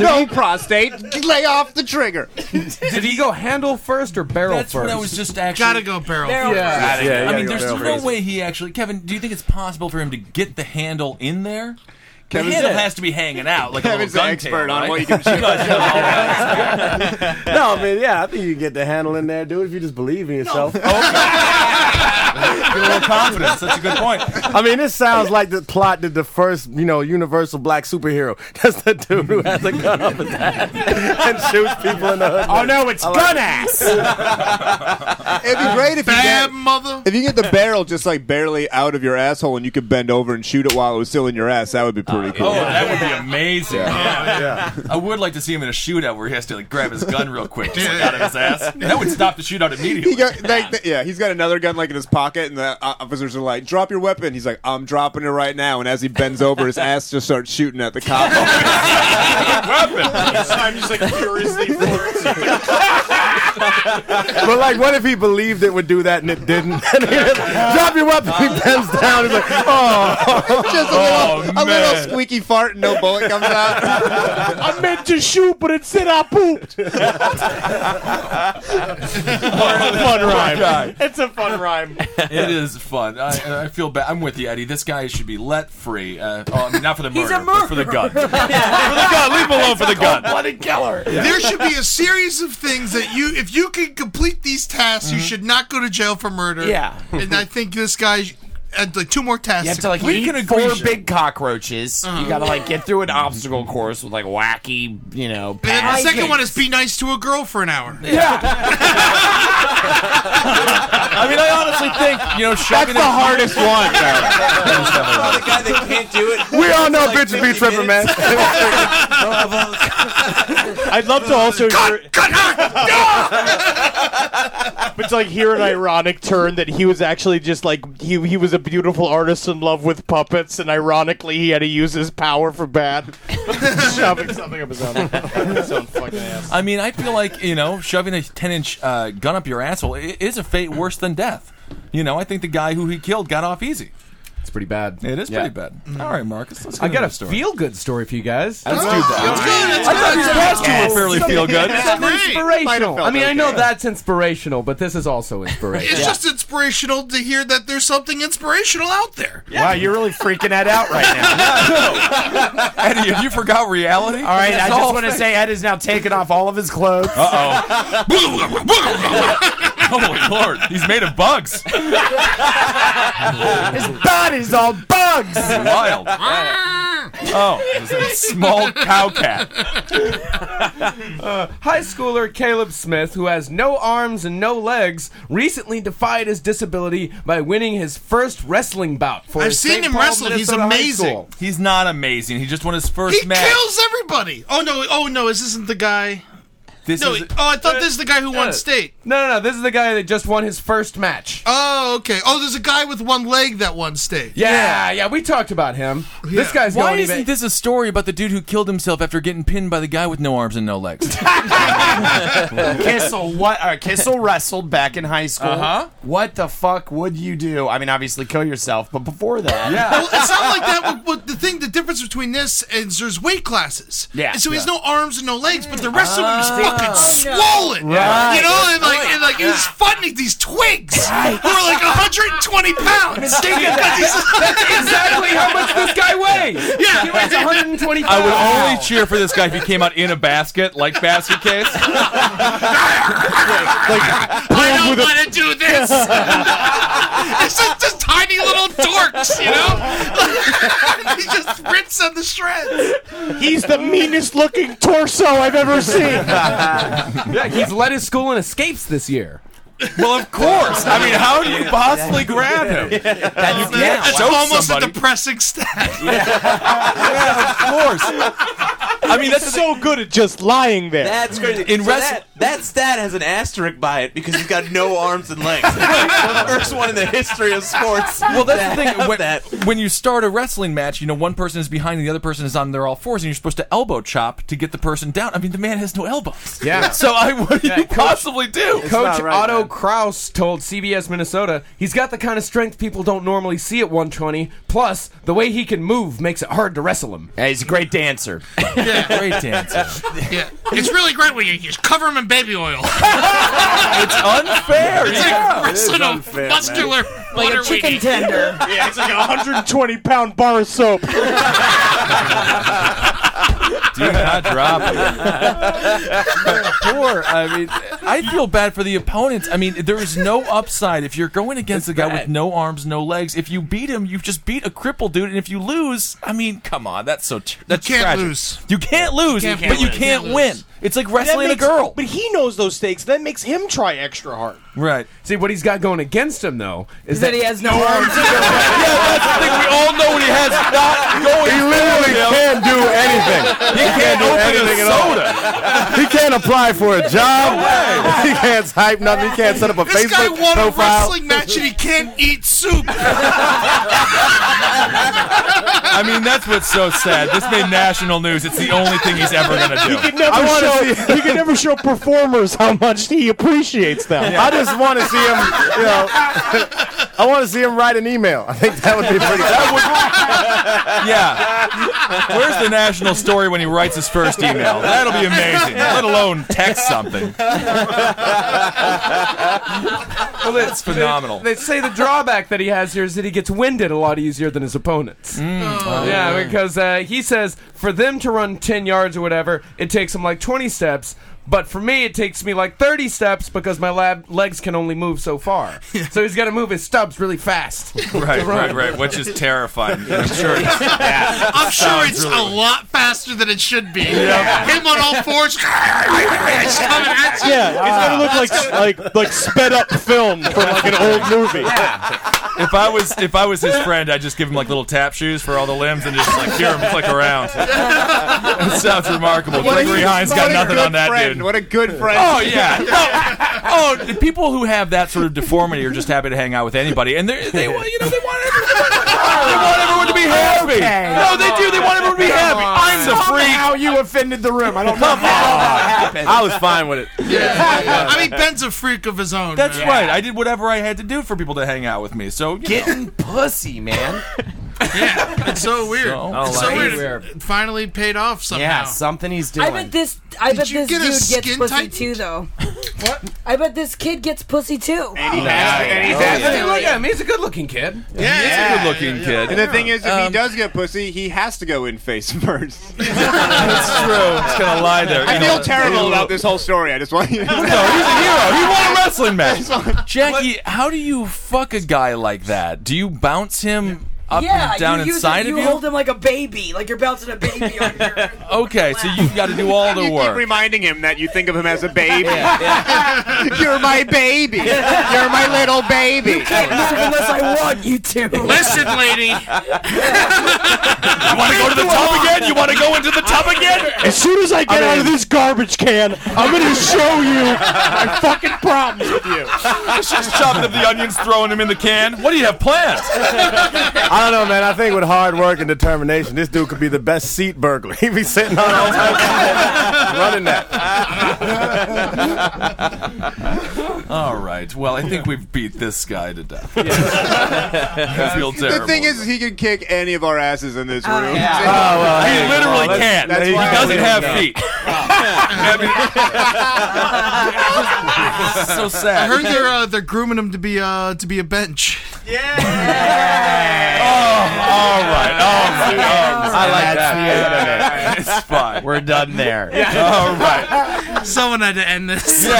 no prostate, lay off the trigger.
Did he go handle first or barrel
That's
first?
what I was just actually.
Gotta go barrel
Barrel
Yeah.
first. Gotta go.
I mean,
Gotta
there's
go
no
barrel first.
way he actually. Kevin, do you think it's possible for him to get the handle in there?
Kevin's
the handle
a-
has to be hanging out like
Kevin's
a little
an
gun
expert
tail,
on
right?
what you can shoot.
no, man, yeah, I think you can get the handle in there, dude, if you just believe in yourself.
Get a little confidence. That's a good point.
I mean, this sounds like the plot to the first, you know, universal black superhero. That's the dude who has a gun up his ass and shoots people in the hood.
Oh, no, it's
I
gun ass.
It'd be great if
Bam,
you
mother.
get if you get the barrel just like barely out of your asshole and you could bend over and shoot it while it was still in your ass. That would be pretty cool.
Oh, that would be amazing.
Yeah.
Yeah. I would like to see him in a shootout where he has to like grab his gun real quick, just like out of his ass. That would stop the shootout immediately.
He got, like, th- yeah, he's got another gun like in his pocket, and the uh, officers are like, "Drop your weapon." He's like, "I'm dropping it right now." And as he bends over, his ass just starts shooting at the cop.
I'm just like furiously.
but like, what if he believed it would do that and it didn't? And he just, Drop your weapon. He bends down. He's like, oh,
Just a little, a little squeaky fart and no bullet comes out.
I meant to shoot, but instead I pooped.
fun rhyme.
It's a fun rhyme.
it is fun. I, I feel bad. I'm with you, Eddie. This guy should be let free. Uh, oh, I mean, not for the murder,
He's a
but for the gun. for the gun. Leave him alone for the gun. Blooded killer.
There should be a series of things that you, if you can complete these tasks,
Mm-hmm.
you should not go to jail for murder.
Yeah.
and I think this guy had like two more tasks.
You have to like eat four big cockroaches.
Uh-huh.
You gotta like get through an obstacle course with like wacky, you know.
And then the
paths.
second one is be nice to a girl for an hour.
I mean, I honestly think you know
shopping
That's the
at-
hardest one.
the guy that can't do it.
we all know bitches be tripping, man.
I'd love to also hear. but to like hear an ironic turn that he was actually just like he he was a beautiful artist in love with puppets, and ironically he had to use his power for bad. Shoving something up his own, his own fucking ass.
I mean, I feel like you know, shoving a ten-inch uh, gun up your asshole i- is a fate worse than death. You know, I think the guy who he killed got off easy.
It's pretty bad.
It is
Yeah.
pretty bad. All right, Marcus. Let's
I got a
another story.
feel good story for you guys.
Let's do that.
I thought these last two
Yes.
were fairly
Something-
feel good.
yeah.
Something
Great. Might have
inspirational.
felt
I mean, I know
okay.
that's inspirational, but this is also inspirational.
It's just inspirational to hear that there's something inspirational out there.
Wow, you're really freaking that out right now.
Eddie, have you forgot reality?
All right,
It's
I just
all
want to
fake.
say Ed has now taken off all of his clothes.
Uh oh. oh, Lord. He's made of
his
bugs.
body's all bugs.
Wild.
Ah.
Oh, it's a small cow cat.
Uh, high schooler Caleb Smith, who has no arms and no legs, recently defied his disability by winning his first wrestling bout. For
I've
his
seen
St.
him
Paul,
wrestle. He's
Minnesota high
amazing.
school.
He's not amazing. He just won his first
He
match.
kills everybody. Oh no! Oh no! This isn't the guy.
This
no.
is-
oh, I thought this is the guy who
Uh,
won state.
No, no, no. This is the guy that just won his first match.
Oh, okay. Oh, there's a guy with one leg that won state.
Yeah, yeah, we talked about him. This guy's
Why
going
isn't
even.
this a story about the dude who killed himself after getting pinned by the guy with no arms and no legs?
Kissel, what? Uh, Kissel wrestled back in high school.
Uh-huh.
What the fuck would you do? I mean, obviously kill yourself, but before that,
Well, it sounded like that. But the thing, the difference between this is there's weight classes.
Yeah.
And so he has
Yeah.
no arms and no legs, but the rest of him is
Oh.
fucking swollen.
Right.
You know,
Good
and like, and like
point.
he's fighting these twigs who are like 120 pounds.
Think of that. That's exactly how much this guy weighs.
Yeah.
He weighs 120
I would only cheer for this guy if he came out in a basket, like basket case.
I don't want to do this. it's just, just tiny little dorks, you know? he just rips on the shreds.
He's the meanest looking torso I've ever seen.
yeah, he's led his school in escapes this year.
Well, of course. I mean, how do you possibly grab him?
That's, that's
Choke
almost
somebody.
a depressing stat.
yeah, of course. I mean,
that's so good at just lying there.
That's crazy.
In
In
wrestling-
that, that stat has an asterisk by it because he's got no arms and legs. We're the first one in the history of sports.
Well, that's
to
the thing.
have
When,
that.
when you start a wrestling match, you know one person is behind and the other person is on their all fours, and you're supposed to elbow chop to get the person down. I mean, the man has no elbows.
Yeah.
So I, what do you possibly do?
Coach Otto Kraus told CBS Minnesota, he's got the kind of strength people don't normally see at 120. Plus, the way he can move makes it hard to wrestle him.
Yeah, he's a great dancer.
Great dancer.
yeah. It's really great when you just cover him in baby oil.
it's unfair.
It's
yeah.
like wrestling
It is
a
unfair,
muscular
Like a
butter
chicken
weenie.
tender. Yeah, it's like a 120 pound bar of soap.
Do not drop it. Poor. I mean, I feel bad for the opponents. I mean, there is no upside if you're going against a guy with no arms, no legs. If you beat him, you've just beat a crippled dude, and if you lose, I mean, come on, that's so tr- that's
can't
tragic.
lose.
You can't lose,
You can't
but you
win.
can't
You can't
win.
lose.
It's like
That
wrestling
makes-
a girl.
But he knows those stakes. That makes him try extra hard.
Right.
See, what he's got going against him, though, is,
Is that he has no arms.
yeah, that's the thing. We all know what he has not going.
He literally can't do anything.
He can't open a
soda. he can't apply for a job. he can't hype nothing. He can't set up a
This guy
Facebook
won a
profile.
wrestling match and he can't eat soup.
I mean, that's what's so sad. This made national news. It's the only thing he's ever going to do.
He can never show. he can never show performers how much he appreciates them.
I just want to see him. You know, I want to see him write an email. I think that would be pretty.
Yeah. Where's the national story when he writes his first email? That'll be amazing. Let alone text something.
Well,
that's phenomenal.
They, they say the drawback that he has here is that he gets winded a lot easier than his opponents.
Mm. Oh,
Yeah, because uh, he says for them to run 10 yards or whatever, it takes them like 20 steps. But for me, it takes me like 30 steps because my lab legs can only move so far. so he's got to move his stubs really fast.
Right,
to run.
right, right. Which is terrifying. I'm sure. It's, yeah,
I'm sure
sounds
it's
really-
a lot faster than it should be.
Yeah.
Him on all fours. it's coming at you.
Yeah, Ah. it's gonna look like like like sped up film from like an old movie.
If I was if I was his friend, I'd just give him like little tap shoes for all the limbs and just like hear him click around. It sounds remarkable.
What a-
Gregory Hines
what
got
a
nothing
good
on that
friend.
dude.
What a good friend.
Oh yeah. Oh, oh, the people who have that sort of deformity are just happy to hang out with anybody, and they they want you know they want everyone, they want everyone to
Oh,
be happy.
Okay.
No, they do. They want everyone to be happy. I'm the freak.
How you offended the room? I don't know
I was fine with it.
I mean, Ben's a freak of his own.
That's
Oh, man.
right. I did whatever I had to do for people to hang out with me. So you
getting pussy, man.
It's so weird.
So- Oh,
it's so
like-
weird. It finally paid off somehow.
Yeah, something he's doing.
I bet this. I
Did
bet
you
this
get a
dude gets
skin
pussy
tightened?
too, though. what? I bet this kid gets pussy too.
he
has to- and
Oh,
he has to.
Hey, look at him. He's a good looking kid.
Yeah,
he's a good-looking kid.
And the thing is, if
Um,
he does get pussy, he has to go in face first.
That's true. It's gonna lie there.
I
You know,
feel terrible
little-
about this whole story. I just want you.
No, he's a hero. He won oh, a wrestling match. Jackie, how do you fuck a guy like that? Do you bounce him up
yeah,
and down
you use
inside
it,
of
you
you?
hold him like a baby, like you're bouncing a baby. on your-
okay, so you've got to do all the
you keep
work.
reminding him that you think of him as a baby.
You're my baby. You're my little baby. You can't move unless I want you to.
Listen, lady. you
want to go to the top again? You want to go into the top again?
As soon as I get out of this garbage can, I'm gonna show you my fucking problems with you.
She's chopping up the onions, throwing them in the can. What do you have planned?
I don't know, man. I think with hard work and determination, this dude could be the best seat burglar. He'd be sitting on all time running that.
All right. Well, I think we've beat this guy to death. I feel terrible.
The thing is, he can kick any of our asses in this room.
yeah. Oh, well, He hey, literally well, that's- can't. that's He why I doesn't really have don't. feet. so sad.
I heard they're uh, they're grooming him to be uh to be a bench.
All right. Oh, my God.
I like
that. It's fine.
We're done there.
All
right. Someone had to end this.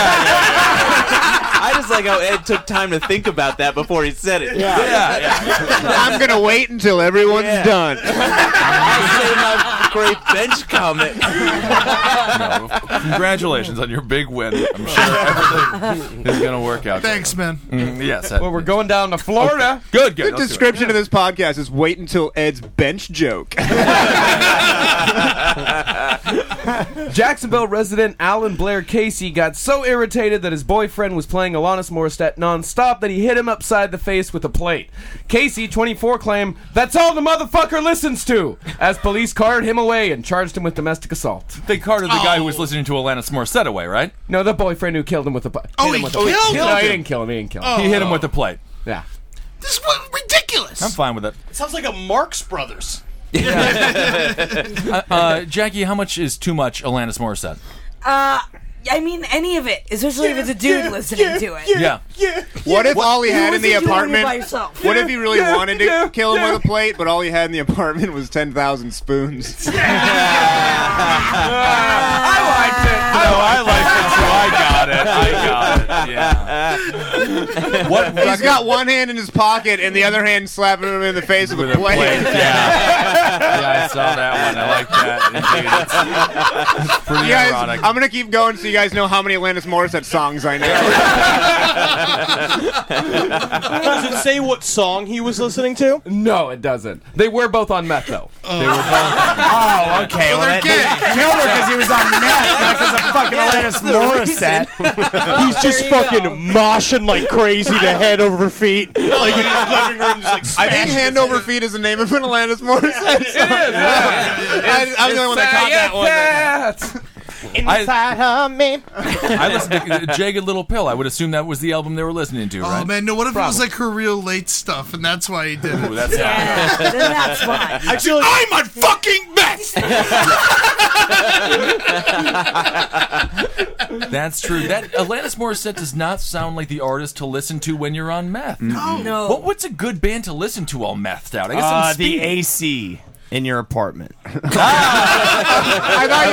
I just like how Ed took time to think about that before he said it.
Yeah. I'm gonna wait until everyone's done.
Great bench comment.
Congratulations on your big win. I'm sure everything is going to work out.
Thanks, man.
Mm, yes.
Well, we're going down to Florida.
Good,
The description of this podcast is wait until Ed's bench joke.
Jacksonville resident Alan Blair Casey got so irritated that his boyfriend was playing Alanis Morissette nonstop that he hit him upside the face with a plate. Casey, 24, claimed, That's all the motherfucker listens to! As police carted him away and charged him with domestic assault.
They carted the guy who was listening to Alanis Morissette away, right?
No, the boyfriend who killed him with a plate.
Oh,
he
a,
killed
No, he
him.
didn't kill him. He didn't kill him.
He hit him with a plate.
Yeah.
This is what- ridiculous.
I'm fine with it.
sounds like a Marx Brothers.
uh, uh, Jackie, how much is too much Alanis Morissette?
Uh, I mean, any of it, especially if it's a dude listening to it.
Yeah.
What if all he
You
had in the
listen to it when you're
apartment?
by yourself.
What if he really
Yeah,
wanted to
yeah,
kill him
yeah.
with a plate, but all he had in the apartment was ten thousand spoons?
No, I liked it too. I got it. I got it. Yeah. What
He's got one hand in his pocket and the other hand slapping him in the face with, a plate.
Yeah. yeah, I saw that one. I like that. Indeed. It's, it's pretty
You guys,
ironic.
I'm gonna keep going so you guys know how many Alanis Morissette songs I know.
Does it say what song he was listening to?
No, it doesn't. They were both on meth, though.
Uh.
They were
Oh, okay. Well, that killed her because he was on meth, not because of fucking Alanis Morissette.
He's just fucking moshing like crazy to head over feet. Like in his living room, just
I
like
think Hand Over Feet is the name of an Alanis Morissette. song. I, I'm the only one that caught that one.
Inside of me.
I listened to uh, Jagged Little Pill. I would assume that was the album they were listening to,
Oh
right?
man, no. What if it was
Probably.
like her real late stuff, and that's why he did it?
Ooh, that's Yeah,
fine. that's fine. I feel like I'm on fucking
That's true. That Alanis Morissette does not sound like the artist to listen to when you're on meth.
No. No.
What, what's a good band to listen to all methed out? I guess
Uh,
I'm
the
speed-
AC in your apartment.
I thought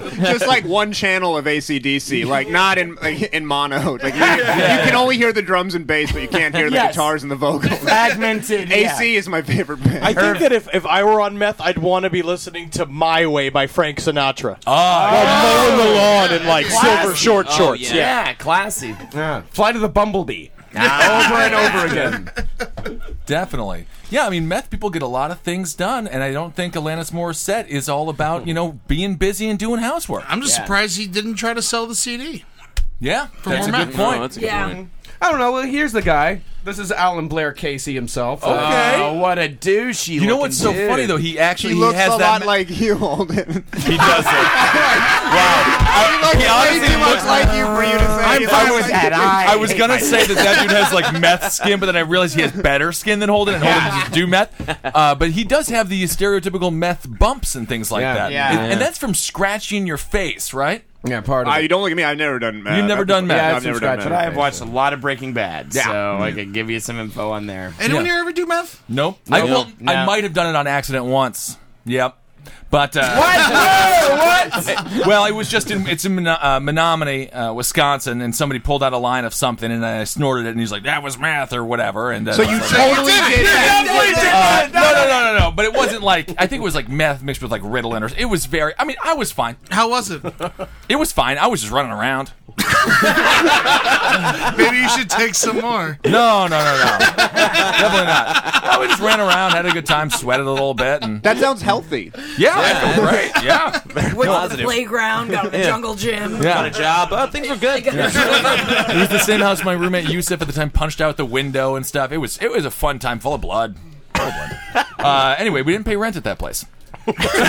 meant like just like one channel of ACDC, like not in like, in mono. Like you, you can only hear the drums and bass, but you can't hear the
Yes.
guitars and the vocals.
Fragmented.
AC is my favorite band.
I think that if, if I were on meth, I'd want to be listening to My Way by Frank Sinatra. While mowing the lawn in like silver short shorts.
Oh, yeah. classy.
Yeah. Fly to the Bumblebee. over and over again.
Ah. Definitely. Yeah, I mean, meth people get a lot of things done, and I don't think Alanis Morissette is all about, you know, being busy and doing housework.
I'm just surprised he didn't try to sell the CD.
Yeah,
For
that's a
more
good
meth.
point.
No, that's a good Yeah. point.
I don't know. Well, here's the guy. This is Alan Blair Casey himself. Uh,
Okay.
Oh, what a douchey.
You know what's so
dude.
funny, though? He actually
he looks
has
a
that
lot
ma-
like you, Holden.
He does it.
he looks
he
way
honestly
too much
looks-
like you for you to say.
I'm
he
fine
looks
with
like
that.
you.
I was gonna say that that dude has like meth skin, but then I realized he has better skin than Holden, and Holden doesn't do meth. Uh, but he does have the stereotypical meth bumps and things like
Yeah.
that.
Yeah.
And-
Yeah.
and that's from scratching your face, right?
Yeah, part of
Ah,
it.
you don't look at me. I've never done. meth.
You've never
I've-
done meth.
Yeah,
I've
I've
seen
never done
scratch
meth.
But I have watched a lot of Breaking Bad,
Yeah.
so I could give you some info on there.
Anyone here ever do meth?
Nope. I,
Nope.
well, I
No.
might have done it on accident once. Yep. But uh,
what?
well, it was just in it's in Mon- uh, Menominee, uh, Wisconsin, and somebody pulled out a line of something, and I snorted it, and he's like, "That was math or whatever." And uh,
So you
like,
totally did
Uh,
that.
no, no, no, no, no. But it wasn't like I think it was like meth mixed with like Ritalin or it was very. I mean, I was fine.
How was it?
It was fine. I was just running around.
Maybe you should take some more.
No, no, no, no. Definitely not. I was just ran around, had a good time, sweated a little bit, and
That sounds healthy.
yeah, I felt great. Yeah,
Went to the
Positive.
playground, got to the
Yeah.
jungle gym.
Yeah. Got a Uh,
job. Oh, things were good.
it was the same house my roommate Yusuf at the time punched out the window and stuff. It was it was a fun time, full of blood. Full of blood. Uh, anyway, we didn't pay rent at that place. we really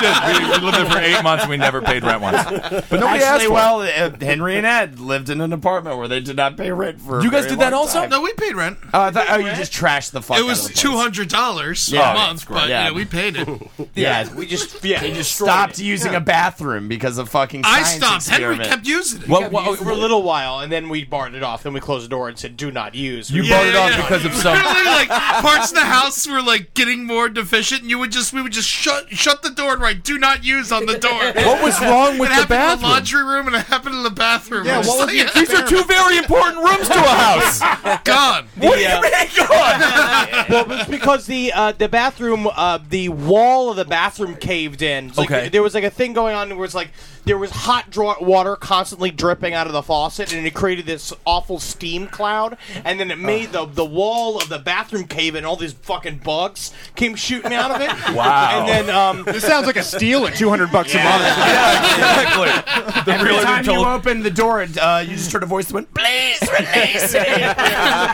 didn't. We, we lived there for eight months and we never paid rent once. But nobody
Actually,
asked for
well, uh, Henry and Ed lived in an apartment where they did not pay rent for. a
You guys
very
did that
long
also?
time.
No, we paid rent.
Oh, I thought, oh, you just trashed the fuck.
It
out
was
of the
two hundred dollars
Yeah.
a month,
That's great.
but
Yeah.
yeah, we paid it.
Yeah, we just yeah, they just
destroyed
stopped
it.
using
Yeah.
a bathroom because of fucking.
I
science
stopped. Henry
experiment.
kept using it.
What-
Well, for a little while, and then we barred it off. Then we closed the door and said, "Do not use."
You
We-
barred it off because of some.
Literally, like parts of the house were like getting more deficient, and you would just we would just shut shut the door and write "Do not use" on the door.
What was wrong with
it
the
happened In the
bathroom?
laundry room and it happened in the bathroom.
Yeah,
We're
what
just
was the
like-
These are two very important rooms to a house.
Gone.
What do
uh,
you mean gone?
well, it's because the uh, the bathroom, uh, the wall of the bathroom caved in. It's like,
Okay.
There was like a thing going on where it's like there was hot draw- water constantly dripping out of the faucet, and it created this awful steam cloud. And then it made the the wall of the bathroom cave in. All these fucking bugs came shooting out of it.
Wow.
And then um,
This sounds like a steal at 200 bucks a month.
exactly. The
Every
realtor
time
told-
you opened the door, uh, you just heard a voice that went, "Please release it."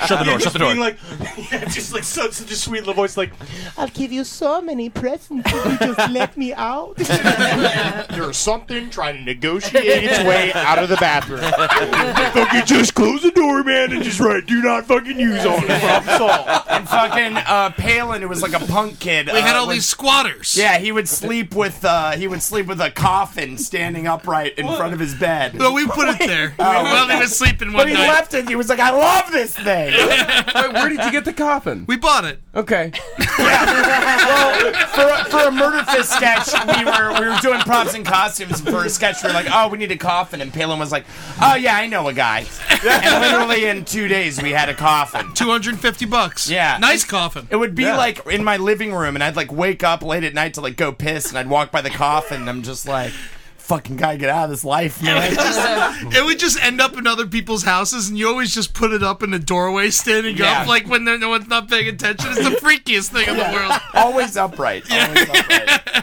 Shut the door.
just
Shut the door.
being like, yeah, just like so, such a sweet little voice, like, "I'll give you so many presents if you just let me out." There's something trying to negotiate its way out of the bathroom. fucking just close the door, man, and just write, "Do not fucking use on it." Problem solved.
and
uh,
fucking uh, Palin, who was like a punk kid.
We had
uh,
all
was-
these squatters.
Yeah, he would sleep with uh, uh, he would sleep with a coffin standing upright in front of his bed. Oh.
Well, we put it there. While he was sleeping one
But he
night.
left it. He was like, I love this thing.
where did you get the coffin?
We bought it.
Okay.
well, for, for a murder fist sketch, we were we were doing props and costumes for a sketch. We were like, oh, we need a coffin, and Palin was like, oh yeah, I know a guy. And literally in two days, we had a coffin.
Two hundred and fifty bucks.
Yeah,
Nice coffin.
It would be
Yeah.
like in my living room, and I'd like wake up late at night to like go piss, and I'd walk by the coffin, and I'm just like, fucking gotta get out of this life, man.
it would just end up in other people's houses, and you always just put it up in the doorway, standing
Yeah.
up, like when there- no one's not paying attention. It's the freakiest thing in the world.
Always upright. Always upright.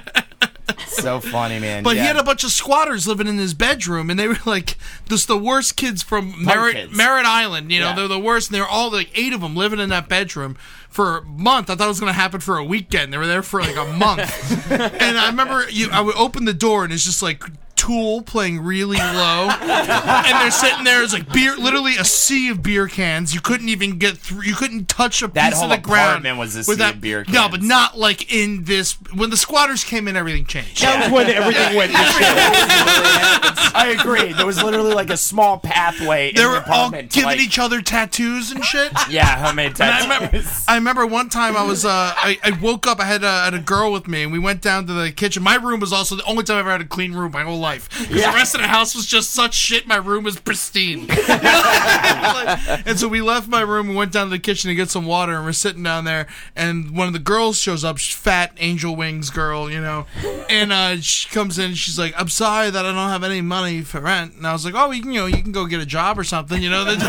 so funny, man.
But
yeah.
he had a bunch of squatters living in his bedroom, and they were like just the worst kids from Merritt,
kids.
Merritt Island. You know,
Yeah.
they're the worst, and they're all like eight of them living in that bedroom for a month. I thought it was going to happen for a weekend. They were there for like a month, and I remember you. I would open the door, and it's just like. Tool playing really low, and they're sitting there. It's like beer, literally a sea of beer cans. You couldn't even get through. You couldn't touch a
That
piece
whole
of the ground.
apartment was a
with
sea of beer
No, but not like in this. When the squatters came in, everything changed.
That was when everything went to shit. I agree. There was literally like a small pathway.
They
in
were
the
all
apartment,
giving
like-
each other tattoos and shit.
Yeah, homemade
And I
tattoos.
remember, I remember one time I was, uh, I, I woke up, I had a, had a girl with me, and we went down to the kitchen. My room was also the only time I ever had a clean room my whole life. 'Cause
Yeah.
the rest of the house was just such shit, my room was pristine. and so we left my room, we went down to the kitchen to get some water, and we're sitting down there, and one of the girls shows up, she's fat angel wings girl, you know, and uh, she comes in, and she's like, "I'm sorry that I don't have any money for rent," and I was like, "Oh, you can, you know, you can go get a job or something, you know." There's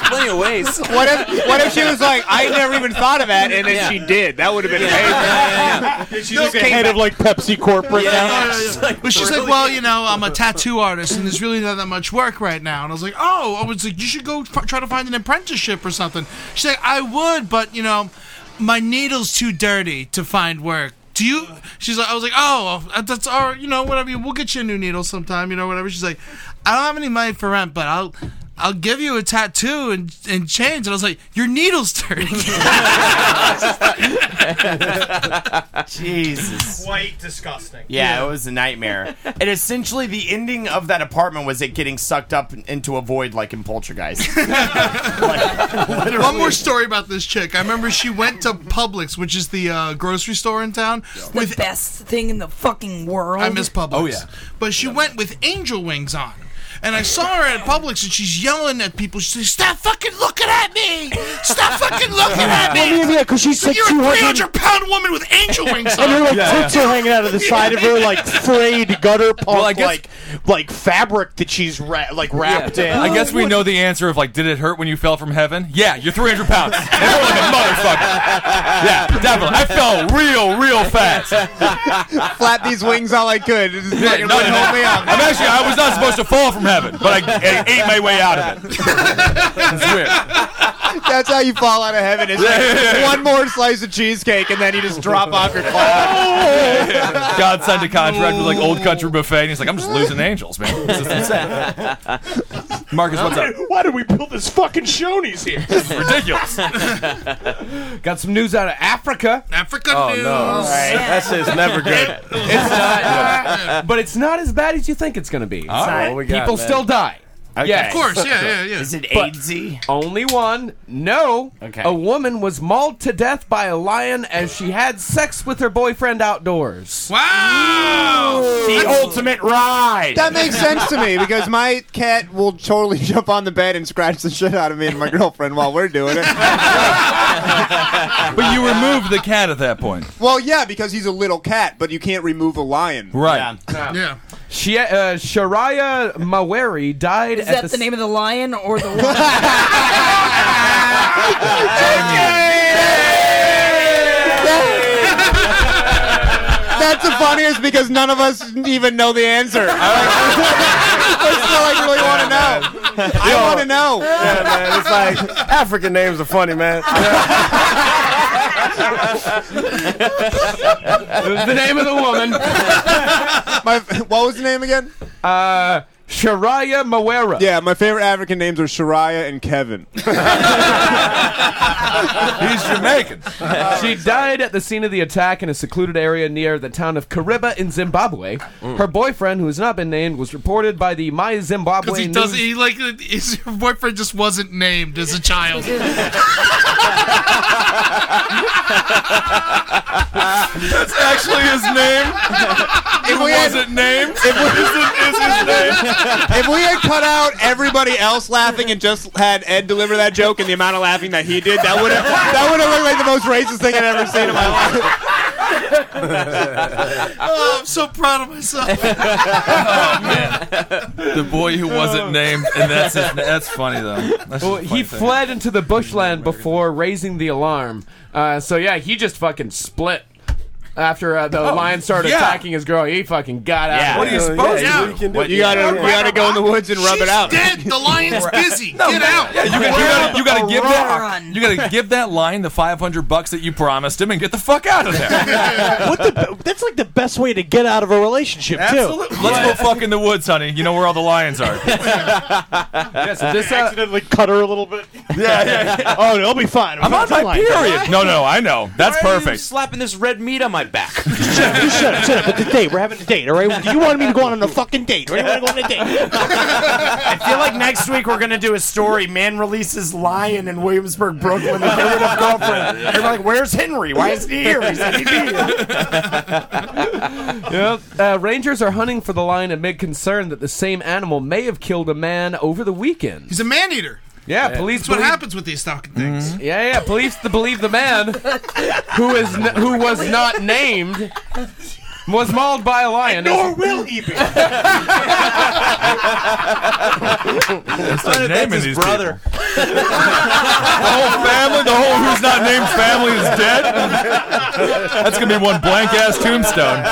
plenty
of ways.
What if what if she was like, I never even thought of that, and then she did. That would have been amazing.
She's like the head of like Pepsi Corporate now.
But she's like, well, you know, I'm a tattoo artist, and there's really not that much work right now. And I was like, oh, I was like, you should go f- try to find an apprenticeship or something. She's like, I would, but you know, my needle's too dirty to find work. Do you? She's like, I was like, oh, that's all, right, you know, whatever. We'll get you a new needle sometime, you know, whatever. She's like, I don't have any money for rent, but I'll. I'll give you a tattoo and, and change. And I was like, Your needle's dirty.
Jesus.
Quite disgusting.
Yeah, it was a nightmare. and essentially, the ending of that apartment was it getting sucked up into a void like in Poltergeist.
One more story about this chick. I remember she went to Publix, which is the uh, grocery store in town, with
the best thing in the fucking world.
I miss
Oh,
Publix. But she went with angel wings on. And I saw her at Publix and she's yelling at people. She's like, Stop fucking looking at me! Stop fucking looking at me!
Let me in here, 'cause she's like
You're a
200
300 pound woman with angel wings on.
And her like tits are hanging out of the side of her like frayed gutter punk like like fabric that she's ra- like wrapped
Yeah.
in.
I guess we know the answer of like, did it hurt when you fell from heaven? Yeah, you're 300 pounds. And we're like a motherfucker. Yeah, definitely. I fell real, real fast.
Flap these wings all I could. It just fucking
no,
wouldn't
no.
hold me up.
I'm actually, I was not supposed to fall from heaven, but I, I ate my way out of it. It's weird.
That's how you fall out of heaven. It's
Yeah,
like
yeah, yeah.
one more slice of cheesecake, and then you just drop off your
Oh,
cloud.
God signed a contract with like old country buffet, and he's like, I'm just losing angels, man. This is insane. Marcus, what's up?
Why did we build this fucking Shoney's here?
This is ridiculous.
Got some news out of Africa.
Africa
oh, news.
That shit's never good.
It's not, but it's not as bad as you think it's going to be. It's
All
not-
right, what we got,
People
man?
still die.
Okay.
Yes.
Of course, yeah, yeah, yeah.
Is it
But
AIDSy?
Only one. No.
Okay.
A woman was mauled to death by a lion as she had sex with her boyfriend outdoors.
Wow!
the ultimate ride.
That makes sense to me because my cat will totally jump on the bed and scratch the shit out of me and my girlfriend while we're doing it.
But you removed the cat at that point.
Well, yeah, because he's a little cat, but you can't remove a lion.
Right.
Yeah.
She, uh, Shariah Maweri died
Is
at
that
the
the name of the lion or the woman?
That's the funniest because none of us even know the answer. I still like really want to know. I want to know.
Yeah, man. It's like African names are funny, man.
Uh,
It was the name of the woman.
My, what was the name again?
Uh, Shariah Mawera.
Yeah, my favorite African names are Shariah and Kevin.
He's Jamaican. she died at the scene of the attack in a secluded area near the town of Kariba in Zimbabwe.
Mm.
Her boyfriend, who has not been named, was reported by the My Zimbabwe
Because he
News-
doesn't. He like his boyfriend just wasn't named as a child.
That's actually his name.
If we had-
wasn't named.
If we-
Is it- is his name.
if we had cut out everybody else laughing and just had Ed deliver that joke and the amount of laughing that he did, that would have that would have looked like the most racist thing I'd ever seen in my life.
oh, I'm so proud of myself.
the boy who wasn't named, and that's his, that's funny though. That's
Oh. Well,
just a
he
funny thing.
fled into the bushland before raising the alarm. Uh, so yeah, he just fucking split. After uh, the
Oh,
lion started
yeah.
attacking his girl, he fucking got out.
Yeah. What are you supposed to do? You can do- What- you gotta- you gotta go in the woods and rub it She's out. dead.
The lion's busy. Get out.
Yeah, you, gotta- you gotta, you gotta give that you gotta give that lion the five hundred bucks that you promised him and get the fuck out of there.
what the, that's like the best way to get out of a relationship
Absolutely.
too.
Let's go fuck in the woods, honey. You know where all the lions are.
yes,
this
uh,
accidentally cut her a little bit.
Yeah, yeah, yeah.
oh, it'll be fine.
I'm on my period. No, no, I know. That's
Why are you
perfect.
slapping this red meat on my back.
You shut up, shut up. But the date, we're having a date, all right? You wanted me to go on a fucking date, right? You wanna go on a date.
I feel like next week we're gonna do a story. Man releases lion in Williamsburg, Brooklyn. To get rid of girlfriend. And we're like, where's Henry? Why isn't he here? He said he'd be here.
yep. Uh, rangers are hunting for the lion amid concern that the same animal may have killed a man over the weekend.
He's a man eater.
Yeah, police.
That's what
believe-
happens with these stalking things.
Mm-hmm. Yeah, yeah. Police to believe the man who is n- who was not named was mauled by a lion.
Nor will he be.
Start naming these brother.
The whole family, the whole who's not named family is dead.
That's gonna be one blank ass tombstone.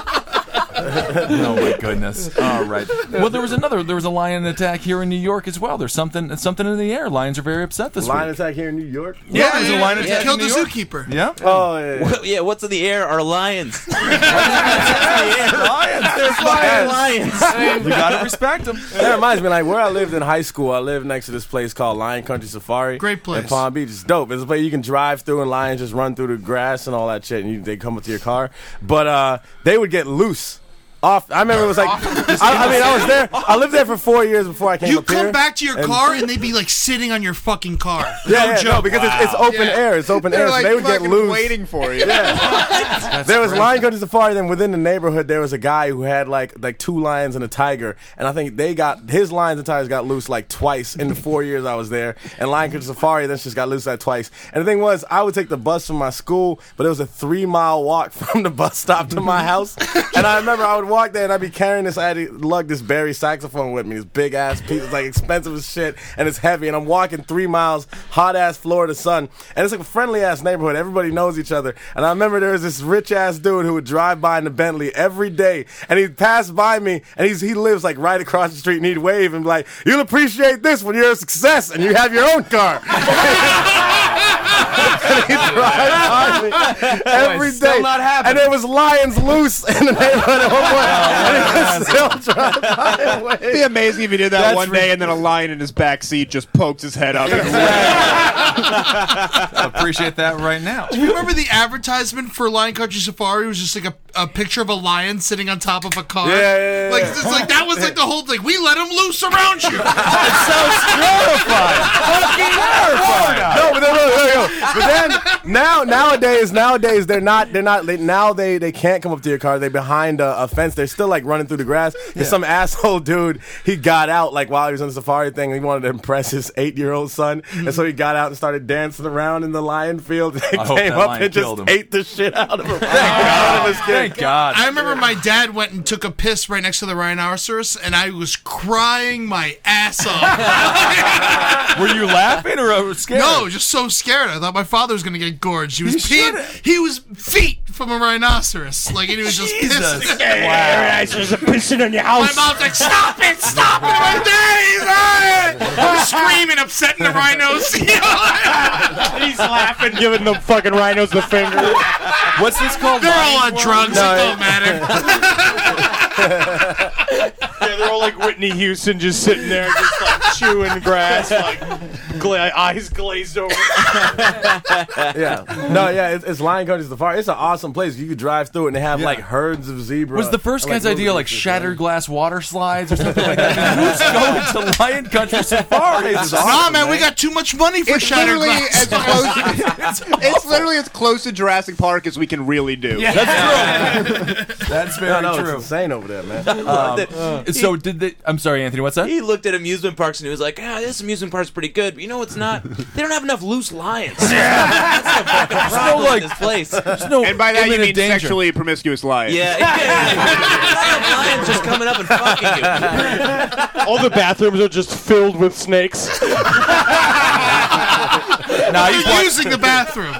oh my goodness! All right. Well, there was another. There was a lion attack here in New York as well. There's something. Something in the air. Lions are very upset this
Lion
week.
attack here in New York.
Yeah, there's a lion attack.
Killed
in
the
New York.
zookeeper.
Yeah.
Oh yeah.
Well, yeah, what's in the air are lions. What's in the air?
Lions.
There's fucking lions.
You gotta respect them.
That reminds me, like where I lived in high school, I lived next to this place called Lion Country Safari. Great
place.
In Palm Beach. It's dope. It's a place you can drive through and lions just run through the grass and all that shit, and you, they come up to your car. But uh, they would get loose. Off. I remember it was like, I, I mean, I was there. I lived there for four years before I came.
You
up here,
come back to your
and-
car and they'd be like sitting on your fucking car.
Yeah,
no
yeah,
joke.
no, because it's, it's open air. It's open
They're
air.
like
so they would get
fucking
loose.
waiting
for you.
there was
crazy.
lion country safari. Then within the neighborhood, there was a guy who had like like two lions and a tiger, and I think they got his lions and tigers got loose like twice in the four years I was there. And lion country safari, then just got loose that twice. And the thing was, I would take the bus from my school, but it was a three mile walk from the bus stop to my house. and I remember I would walk there and I'd be carrying this. I had to lug this Barry saxophone with me, this big ass piece, it's like expensive as shit, and it's heavy. And I'm walking three miles, hot ass Florida sun, and it's like a friendly ass neighborhood. Everybody knows each other. And I remember there was this rich ass dude who would drive by in the Bentley every day, and he'd pass by me, and he's he lives like right across the street, and he'd wave and be like, "You'll appreciate this when you're a success and you have your own car." And he'd drive by me every
Boy, still
day.
not happening.
and there was lions loose in the neighborhood at one point. And he was still drive by away.
It'd be amazing if you did that
That's
one day and then a lion in his back seat just pokes his head up.
Appreciate that right now.
Do you remember the advertisement for Lion Country Safari? It was just like a, a picture of a lion sitting on top of a car.
Yeah, yeah, yeah,
Like
yeah.
it's like that was like the whole thing. We let him loose around you.
It sounds terrifying. Fucking terrifying.
No, but, no, no, no, no. but then now nowadays nowadays they're not they're not they, now they they can't come up to your car they're behind a, a fence they're still like running through the grass there's some asshole dude he got out like while he was on the safari thing he wanted to impress his eight year old son and so he got out and started dancing around in the lion field and they
Mm-hmm. I hope
came
that
up
lion
and just
killed him.
ate the shit out of him. Out of his kid.
Thank God.
I remember my dad went and took a piss right next to the rhinoceros, and I was crying my ass off.
Were you laughing or uh, scared?
no, I was just so scared. I thought my father was going to get gorged. He was peeing. He was feet from a rhinoceros. Like and he was just pissed.
There's a pissing on your
My
house.
mom's like, "Stop it! Stop it! My dad, he's on it!" Screaming, upsetting the rhinos.
He's laughing, giving the fucking rhinos the finger.
What's this called?
They're all on drugs. it don't matter.
yeah, they're all like Whitney Houston just sitting there, just like chewing grass, like gla- eyes glazed over.
yeah. No, yeah, it's, it's Lion Country Safari. It's an awesome place. You could drive through it and they have like herds of zebra.
Was the first
and,
guy's
little
idea like shattered glass water slides or something like that? I mean, who's going to Lion Country Safari?
nah, man, we got too much money for
It's
Shattered
literally
Glass.
as close. it's, literally as close to Jurassic Park as we can really do.
Yeah. That's true.
That's
very
no, no,
true.
It's insane over there, man.
Um, so did they? I'm sorry, Anthony. What's that?
He looked at amusement parks and he was like, "Ah, this amusement park's pretty good, but you know what's not? They don't have enough loose lions. That's the fucking problem in this place.
and by that you mean sexually promiscuous lions.
Yeah, lions just coming up and fucking you.
all the bathrooms are just filled with snakes.
Nah,
You're using the bathroom.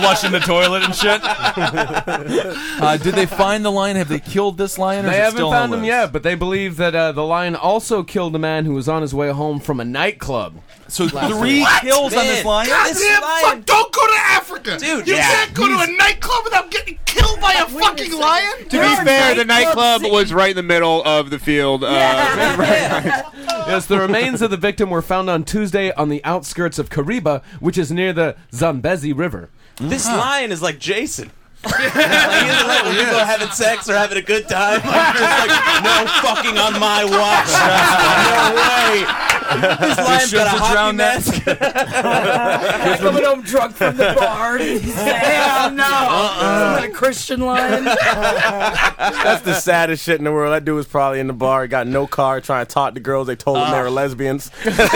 flushing the toilet and shit. uh, did they find the lion? Have they killed this lion? Or
They
is it
haven't
still on
found
the
him
loose?
yet, but they believe that uh, the lion also killed a man who was on his way home from a nightclub.
So
three
kills
on this
lion?
Goddamn fuck, don't go to Africa.
Dude,
you
yeah.
can't go to a nightclub without getting killed by a fucking lion.
To be fair, the nightclub was right in the middle of the field. Uh,
Yes, the remains of the victim were found on Tuesday on the outskirts of Kariba, which is near the Zambezi River.
This lion is like Jason. like, he doesn't like when people are having sex or having a good time. Like, he's like, no fucking on my watch. no way. This lion's got a hockey mask.
I'm coming home drunk from the bar. Hell no! Isn't that a Christian line?
That's the saddest shit in the world. That dude was probably in the bar, got no car, trying to talk to girls. They told him they
Ah.
were lesbians. He's walking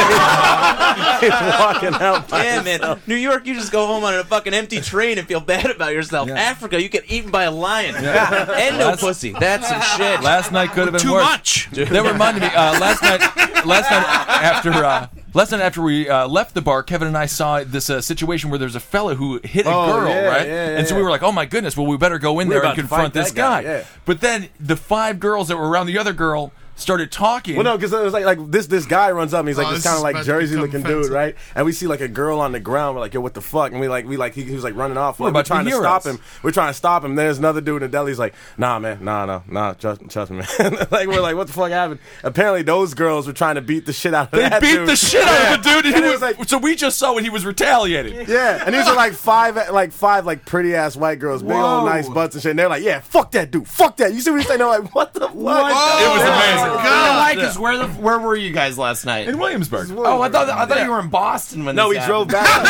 out. by
Yeah, man. New York, you just go home on a fucking empty train and feel bad about yourself. Africa, you get eaten by a lion
Yeah.
and no
Last-
pussy. That's some shit.
Last night could have been
Too
worse.
much.
That reminded me. Uh, last night, last night after uh, last night after we uh, left the bar, Kevin and I saw this uh, situation where there's a fella who hit a
Oh,
girl,
yeah,
right?
yeah,
and so we
yeah.
were like, "Oh my goodness! Well, we better go in
We're
there and
about to
confront
fight that
this guy."
guy, yeah.
But then the five girls that were around the other girl started talking.
Well, no, because it was like like this this guy runs up and he's like
Oh,
this
this
kind
is
of like
about to
Jersey
become
looking
offensive.
dude, right? And we see like a girl on the ground. We're like, yo, what the fuck? And we like we like he, he was like running off.
We're
Like,
about to
trying
be
to stop
heroes.
him. We're trying to stop him. There's another dude in the deli. He's like, nah, man, nah, nah, nah, trust, trust me, man. like we're like, what the fuck happened? Apparently, those girls were trying to beat the shit out of.
They
that
beat
dude.
the shit out of the
Yeah.
dude. and he
And it
was- so we just saw when he was retaliating.
yeah, and these are like five, like five, like pretty ass white girls, big
Whoa.
old nice butts and shit. And they're like, yeah, fuck that dude, fuck that. You see what he's saying? They're like, what the fuck?
It was amazing.
God.
Mike, is where the, where were you guys last night?
In Williamsburg.
Oh, I thought I thought you were in Boston when.
No,
this
we drove back.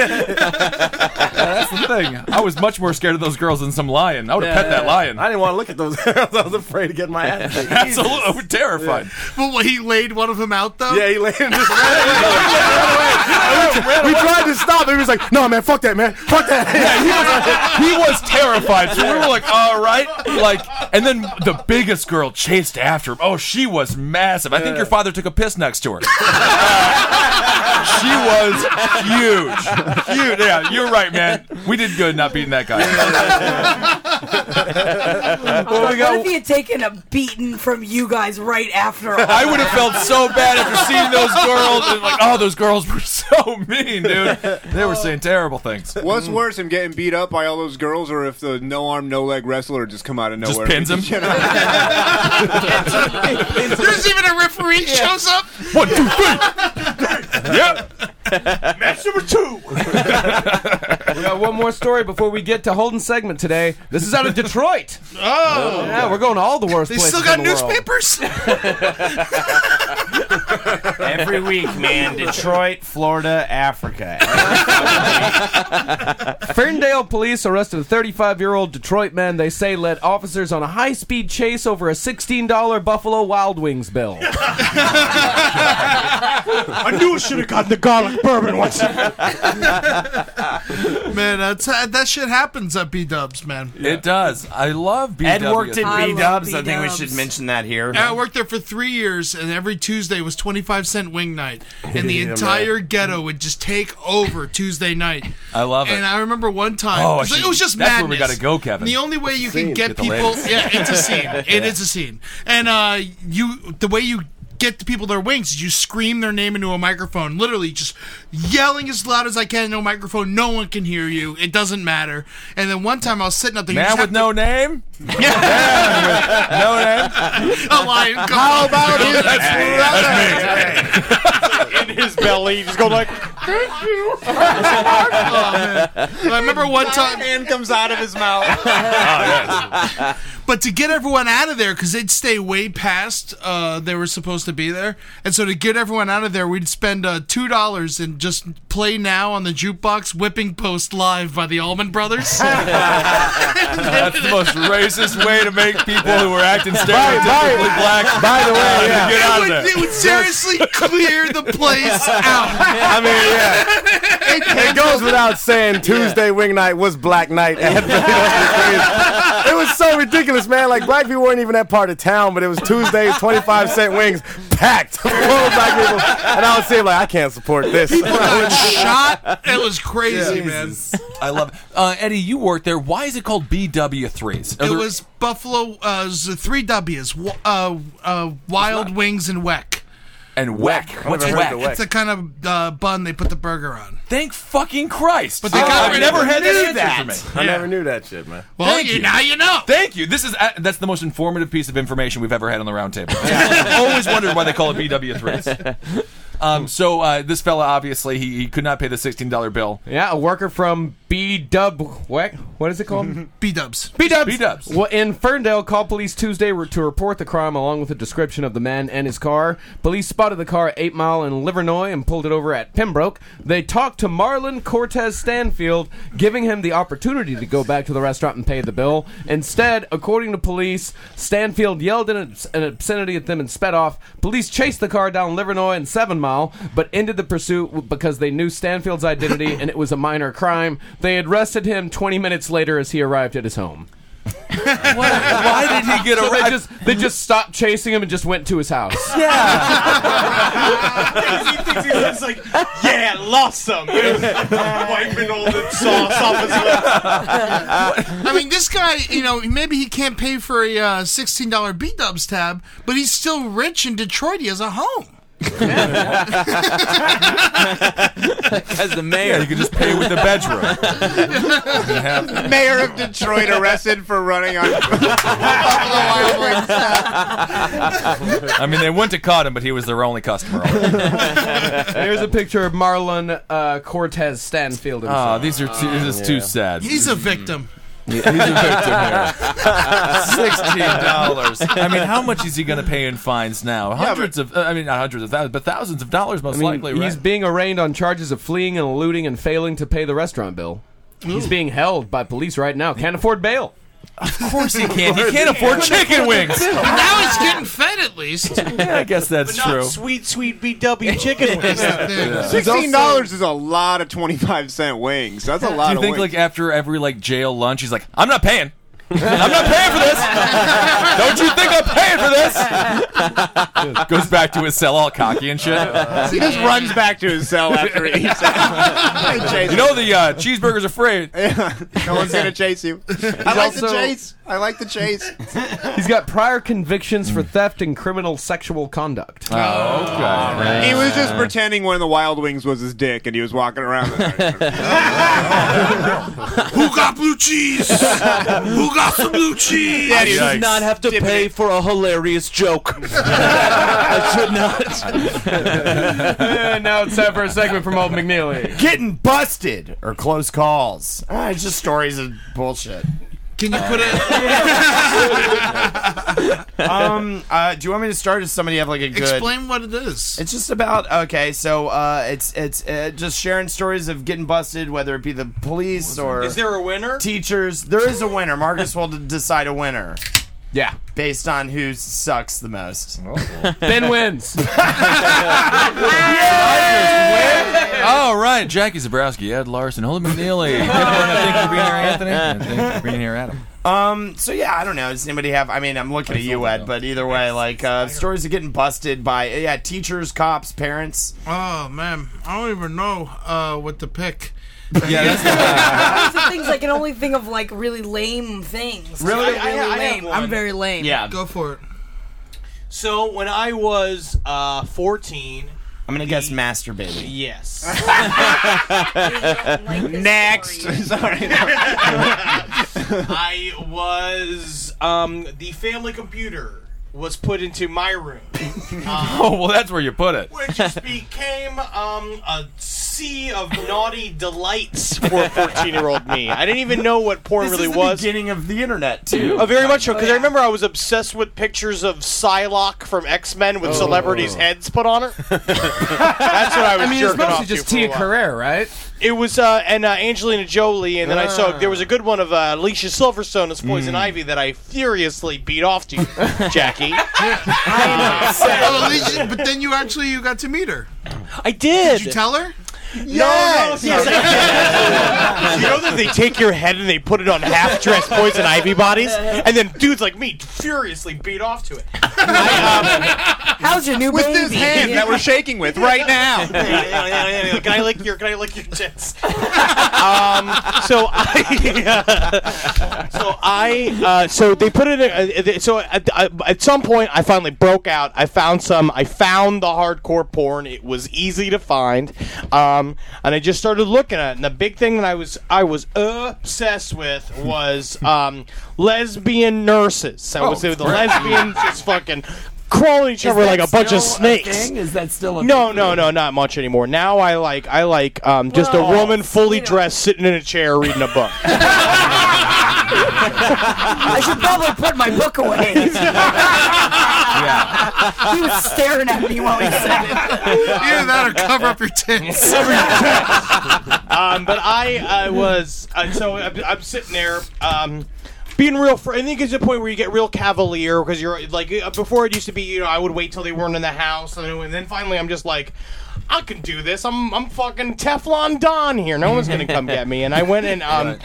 that's the thing. I was much more scared of those girls than some lion. I would have
Yeah.
pet that lion.
I didn't want to look at those girls. I was afraid to get my ass. kicked.
Absolutely, I was terrified.
Well, well, he laid one of them out though.
Yeah, he laid him just we tried to stop him. He was like, "No, man, fuck that, man, fuck that."
Yeah, he, was, he was terrified. So we were like, "All right," like, and then the biggest girl chased after him. Oh, she was massive. I think your father took a piss next to her. she was huge, huge. Yeah, you're right, man. We did good not beating that guy.
But what if he had taken a beating from you guys right after? all
I would have
that?
felt so bad after seeing those girls. And like, oh, those girls were so mean, dude. They were saying terrible things.
What's worse, him getting beat up by all those girls, or if the no arm, no leg wrestler just come out of
Just
nowhere?
pins him.
You know?
There's even a referee shows up.
One, two, three.
yep. Match number two. we got one more story before we get to Holden's segment today. This is out of Detroit.
Oh.
yeah, we're going to all the worst.
They
places
still got
in the world.
newspapers.
Every week, man. Detroit, Florida, Africa. eh,
Ferndale police arrested a 35 year old Detroit man they say led officers on a high speed chase over a $16 Buffalo Wild Wings bill.
I knew I should have gotten the garlic bourbon once.
man, that's, that shit happens at B Dubs, man.
It does. I love B.
Ed worked at
I
B
love
Dubs. I think we
B-dubs.
should mention that here.
I worked there for three years, and every Tuesday was 25 cent wing night. And the
Yeah, man.
entire ghetto would just take over Tuesday night.
I love it.
And I remember one time, it, was,
Oh, I
like-
should-
it was just
that's
madness.
where we gotta go, Kevin.
The only way
It's a
you
scene.
can get,
Get the
people,
ladies.
yeah, it's a scene. It
Yeah.
is a scene. And uh, you, the way you get the people their wings is you scream their name into a microphone, literally just yelling as loud as I can into a microphone. No one can hear you. It doesn't matter. And then one time I was sitting up there, you
Man
just have
with
to-
no name.
no
A lion. How about his
in his belly. You just go like,
Thank you.
Oh,
I remember one time
hand comes out of his mouth.
But to get everyone out of there, because they'd stay way past uh, they were supposed to be there, and so to get everyone out of there, we'd spend uh, two dollars and just play now on the jukebox "Whipping Post" live by the Allman Brothers.
That's the most racist way to make people who were acting
By-
stereotypically
by-
black.
by the way,
uh,
yeah.
get out of
It would-
there.
it would seriously clear the place out.
I mean, yeah. It goes without saying Tuesday Wing Night was Black Night. At the- it was so ridiculous, man. Like, black people weren't even that part of town, but it was Tuesday's 25 cent wings packed full of black people. And I would say, like, I can't support this.
People got shot. It was crazy, man.
I love it. Uh, Eddie, you worked there. Why is it called BW3s? Are
It
there-
was Buffalo. Uh, it was the three W's: Wa- uh, uh, Wild Wings and Weck.
and Weck. What's E Weck?
E It's the kind of uh, bun they put the burger on.
Thank fucking Christ!
But they
Oh,
got
I've
rid
never
of
had
knew
that
that.
answer for me.
I
never knew that shit, man.
Well, you- now you know.
Thank you. This is uh, that's the most informative piece of information we've ever had on the roundtable. I've always wondered why they call it BW3s. Um, so uh, this fella obviously he, he could not pay the sixteen dollar bill.
Yeah, a worker from B Dub. What? What is it called?
B Dubs.
B Dubs.
B Dubs.
Well, in Ferndale, called police Tuesday re- to report the crime along with a description of the man and his car. Police spotted the car at 8 Mile in Livernois and pulled it over at Pembroke. They talked to Marlon Cortez Stanfield, giving him the opportunity to go back to the restaurant and pay the bill. Instead, according to police, Stanfield yelled an, obs- an obscenity at them and sped off. Police chased the car down Livernois and 7 Mile, but ended the pursuit w- because they knew Stanfield's identity and it was a minor crime. They arrested him 20 minutes later as he arrived at his home.
Why did he get
So
arrested?
they just they just stopped chasing him and just went to his house.
It's like, yeah, lost them. Wiping all the sauce off his
I mean, this guy, you know, maybe he can't pay for a uh, $16 B Dubs tab, but he's still rich in Detroit. He has a home.
As the mayor,
you can just pay with the bedroom.
Mayor of Detroit arrested for running on.
I mean, they went to caught him, but he was their only customer.
There's a picture of Marlon uh, Cortez Stanfield.
Ah,
himself.
these are too, this is too sad.
He's a victim.
He's a victim here. Sixteen dollars. I mean, how much is he going to pay in fines now? Hundreds of, uh, I mean, not hundreds of thousands, but thousands of dollars, most
I mean,
likely. Right?
he's being arraigned on charges of fleeing and eluding and failing to pay the restaurant bill. He's being held by police right now. Can't afford bail.
Of course he can't. He can't afford chicken wings.
But now he's getting fed at least.
Yeah, I guess that's
But not
true.
Sweet, sweet BW chicken
wings.
Sixteen dollars is a lot of twenty-five cent wings. That's a lot.
Do you
of
think,
wings.
like, after every like jail lunch, he's like, "I'm not paying. I'm not paying for this. Don't you think I'm paying for this?" Goes back to his cell, all cocky and shit.
He just runs back to his cell after he eats.
You know the uh, cheeseburger's afraid.
no one's gonna chase you. I like the
also-
chase. I like the chase.
He's got prior convictions for theft and criminal sexual conduct.
Oh, okay.
He was just pretending one of the Wild Wings was his dick, and he was walking around.
Who got blue cheese? Who got some blue cheese?
Yeah,
I
dude.
should not have to pay for a hilarious joke. I should not.
and now it's time for a segment from Old McNeely.
Getting busted or close calls. Ah, it's just stories of bullshit.
Can you put it?
Um, uh, do you want me to start? Or does somebody have like a good?
Explain what it is.
It's just about okay. So uh, it's it's uh, just sharing stories of getting busted, whether it be the police or
Is there a winner?
Teachers, there is a winner. Marcus will decide a winner.
Yeah,
based on who sucks the most.
Ben wins.
All right, Jackie Zabrowski, Ed Larson, Holden McNeely. Thank you for being here, Anthony. And thank you for being here, Adam.
Um. So yeah, I don't know. Does anybody have? I mean, I'm looking at you, Ed. But either way, like uh, stories of getting busted by yeah teachers, cops, parents.
Oh, man. I don't even know uh, what to pick.
Yeah, that's
Those are things I can only think of like really lame things.
Really? I- I-
I'm really
I have
lame.
one.
I'm very lame.
Yeah. Go for it.
So when I was uh, 14,
I'm gonna guess masturbating.
yes.
Next. Sorry.
I was um, the family computer was put into my room,
oh, well, that's where you put it.
which just became um, a sea of naughty delights for 14 year old me. I didn't even know what porn
This
really
is the
was.
beginning of the internet too.
Oh, very much so. Because I remember I was obsessed with pictures of Psylocke from X Men with celebrities' heads put on her. That's what I was
I mean, it's
jerking
mostly
off
just
to for a
Tia
while.
Carrere, right?
It was uh, and uh, Angelina Jolie, and then I saw
Ah.
there was a good one of uh, Alicia Silverstone as Poison Ivy that I furiously beat off to, Jackie.
Well, Oh, at least you- but then you actually you got to meet her.
I did.
Did you tell her?
Yes.
No, no,
you know that they take your head and they put it on half-dressed Poison Ivy bodies, and then dudes like me furiously beat off to it.
How's your new
with
baby?
this hand that we're shaking with right now.
can I lick your? Can I lick your tits? um, so I, uh, so I, uh, so they put it. In, uh, so at, at some point, I finally broke out. I found some. I found the hardcore porn. It was easy to find, um, and I just started looking at it. And the big thing that I was, I was obsessed with was um, lesbian nurses. I was
Oh,
with the
right.
lesbians just fucking crawling each other like a bunch of snakes.
Is that still a
No, no, no, not much anymore. Now I like I like um, just a woman fully dressed sitting in a chair reading a book.
I should probably put my book away. He was staring at me while he said it.
Either that or cover up your tits.
um, but I I was uh, so I'm, I'm sitting there. Um, being real, fr- I think it's a point where you get real cavalier because you're like uh, before it used to be. You know, I would wait till they weren't in the house, and then- and then finally I'm just like, I can do this. I'm I'm fucking Teflon Don here. No one's gonna come get me. And I went and um,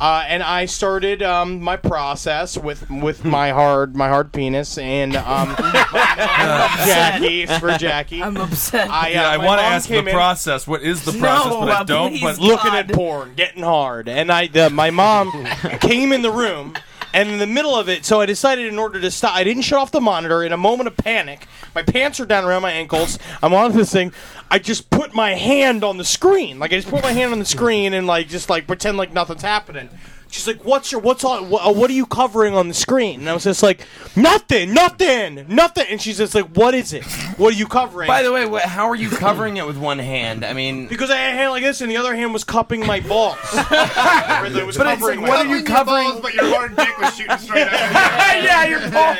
uh, and I started um, my process with with my hard my hard penis and um, Jackie for Jackie. I'm
upset.
I, uh,
yeah, I
my
want to
mom
ask the
came in-
process. What is the process? but I don't. but
looking at porn, getting hard, and I the, my mom came in the room. And in the middle of it, so I decided in order to stop, I didn't shut off the monitor. In a moment of panic, my pants are down around my ankles. I'm on this thing. I just put my hand on the screen, like I just put my hand on the screen and like just like pretend like nothing's happening. She's like, "What's your what's on? What, what are you covering on the screen?" And I was just like, "Nothing, nothing, nothing." And she's just like, "What is it? What are you covering?"
By the way, what, how are you covering it with one hand? I mean,
Because I had a hand like this, and the other hand was cupping my balls. It was
But it's
covering
like,
my-
what are you Covering your
balls, but your hard dick was shooting straight out.
yeah, your balls.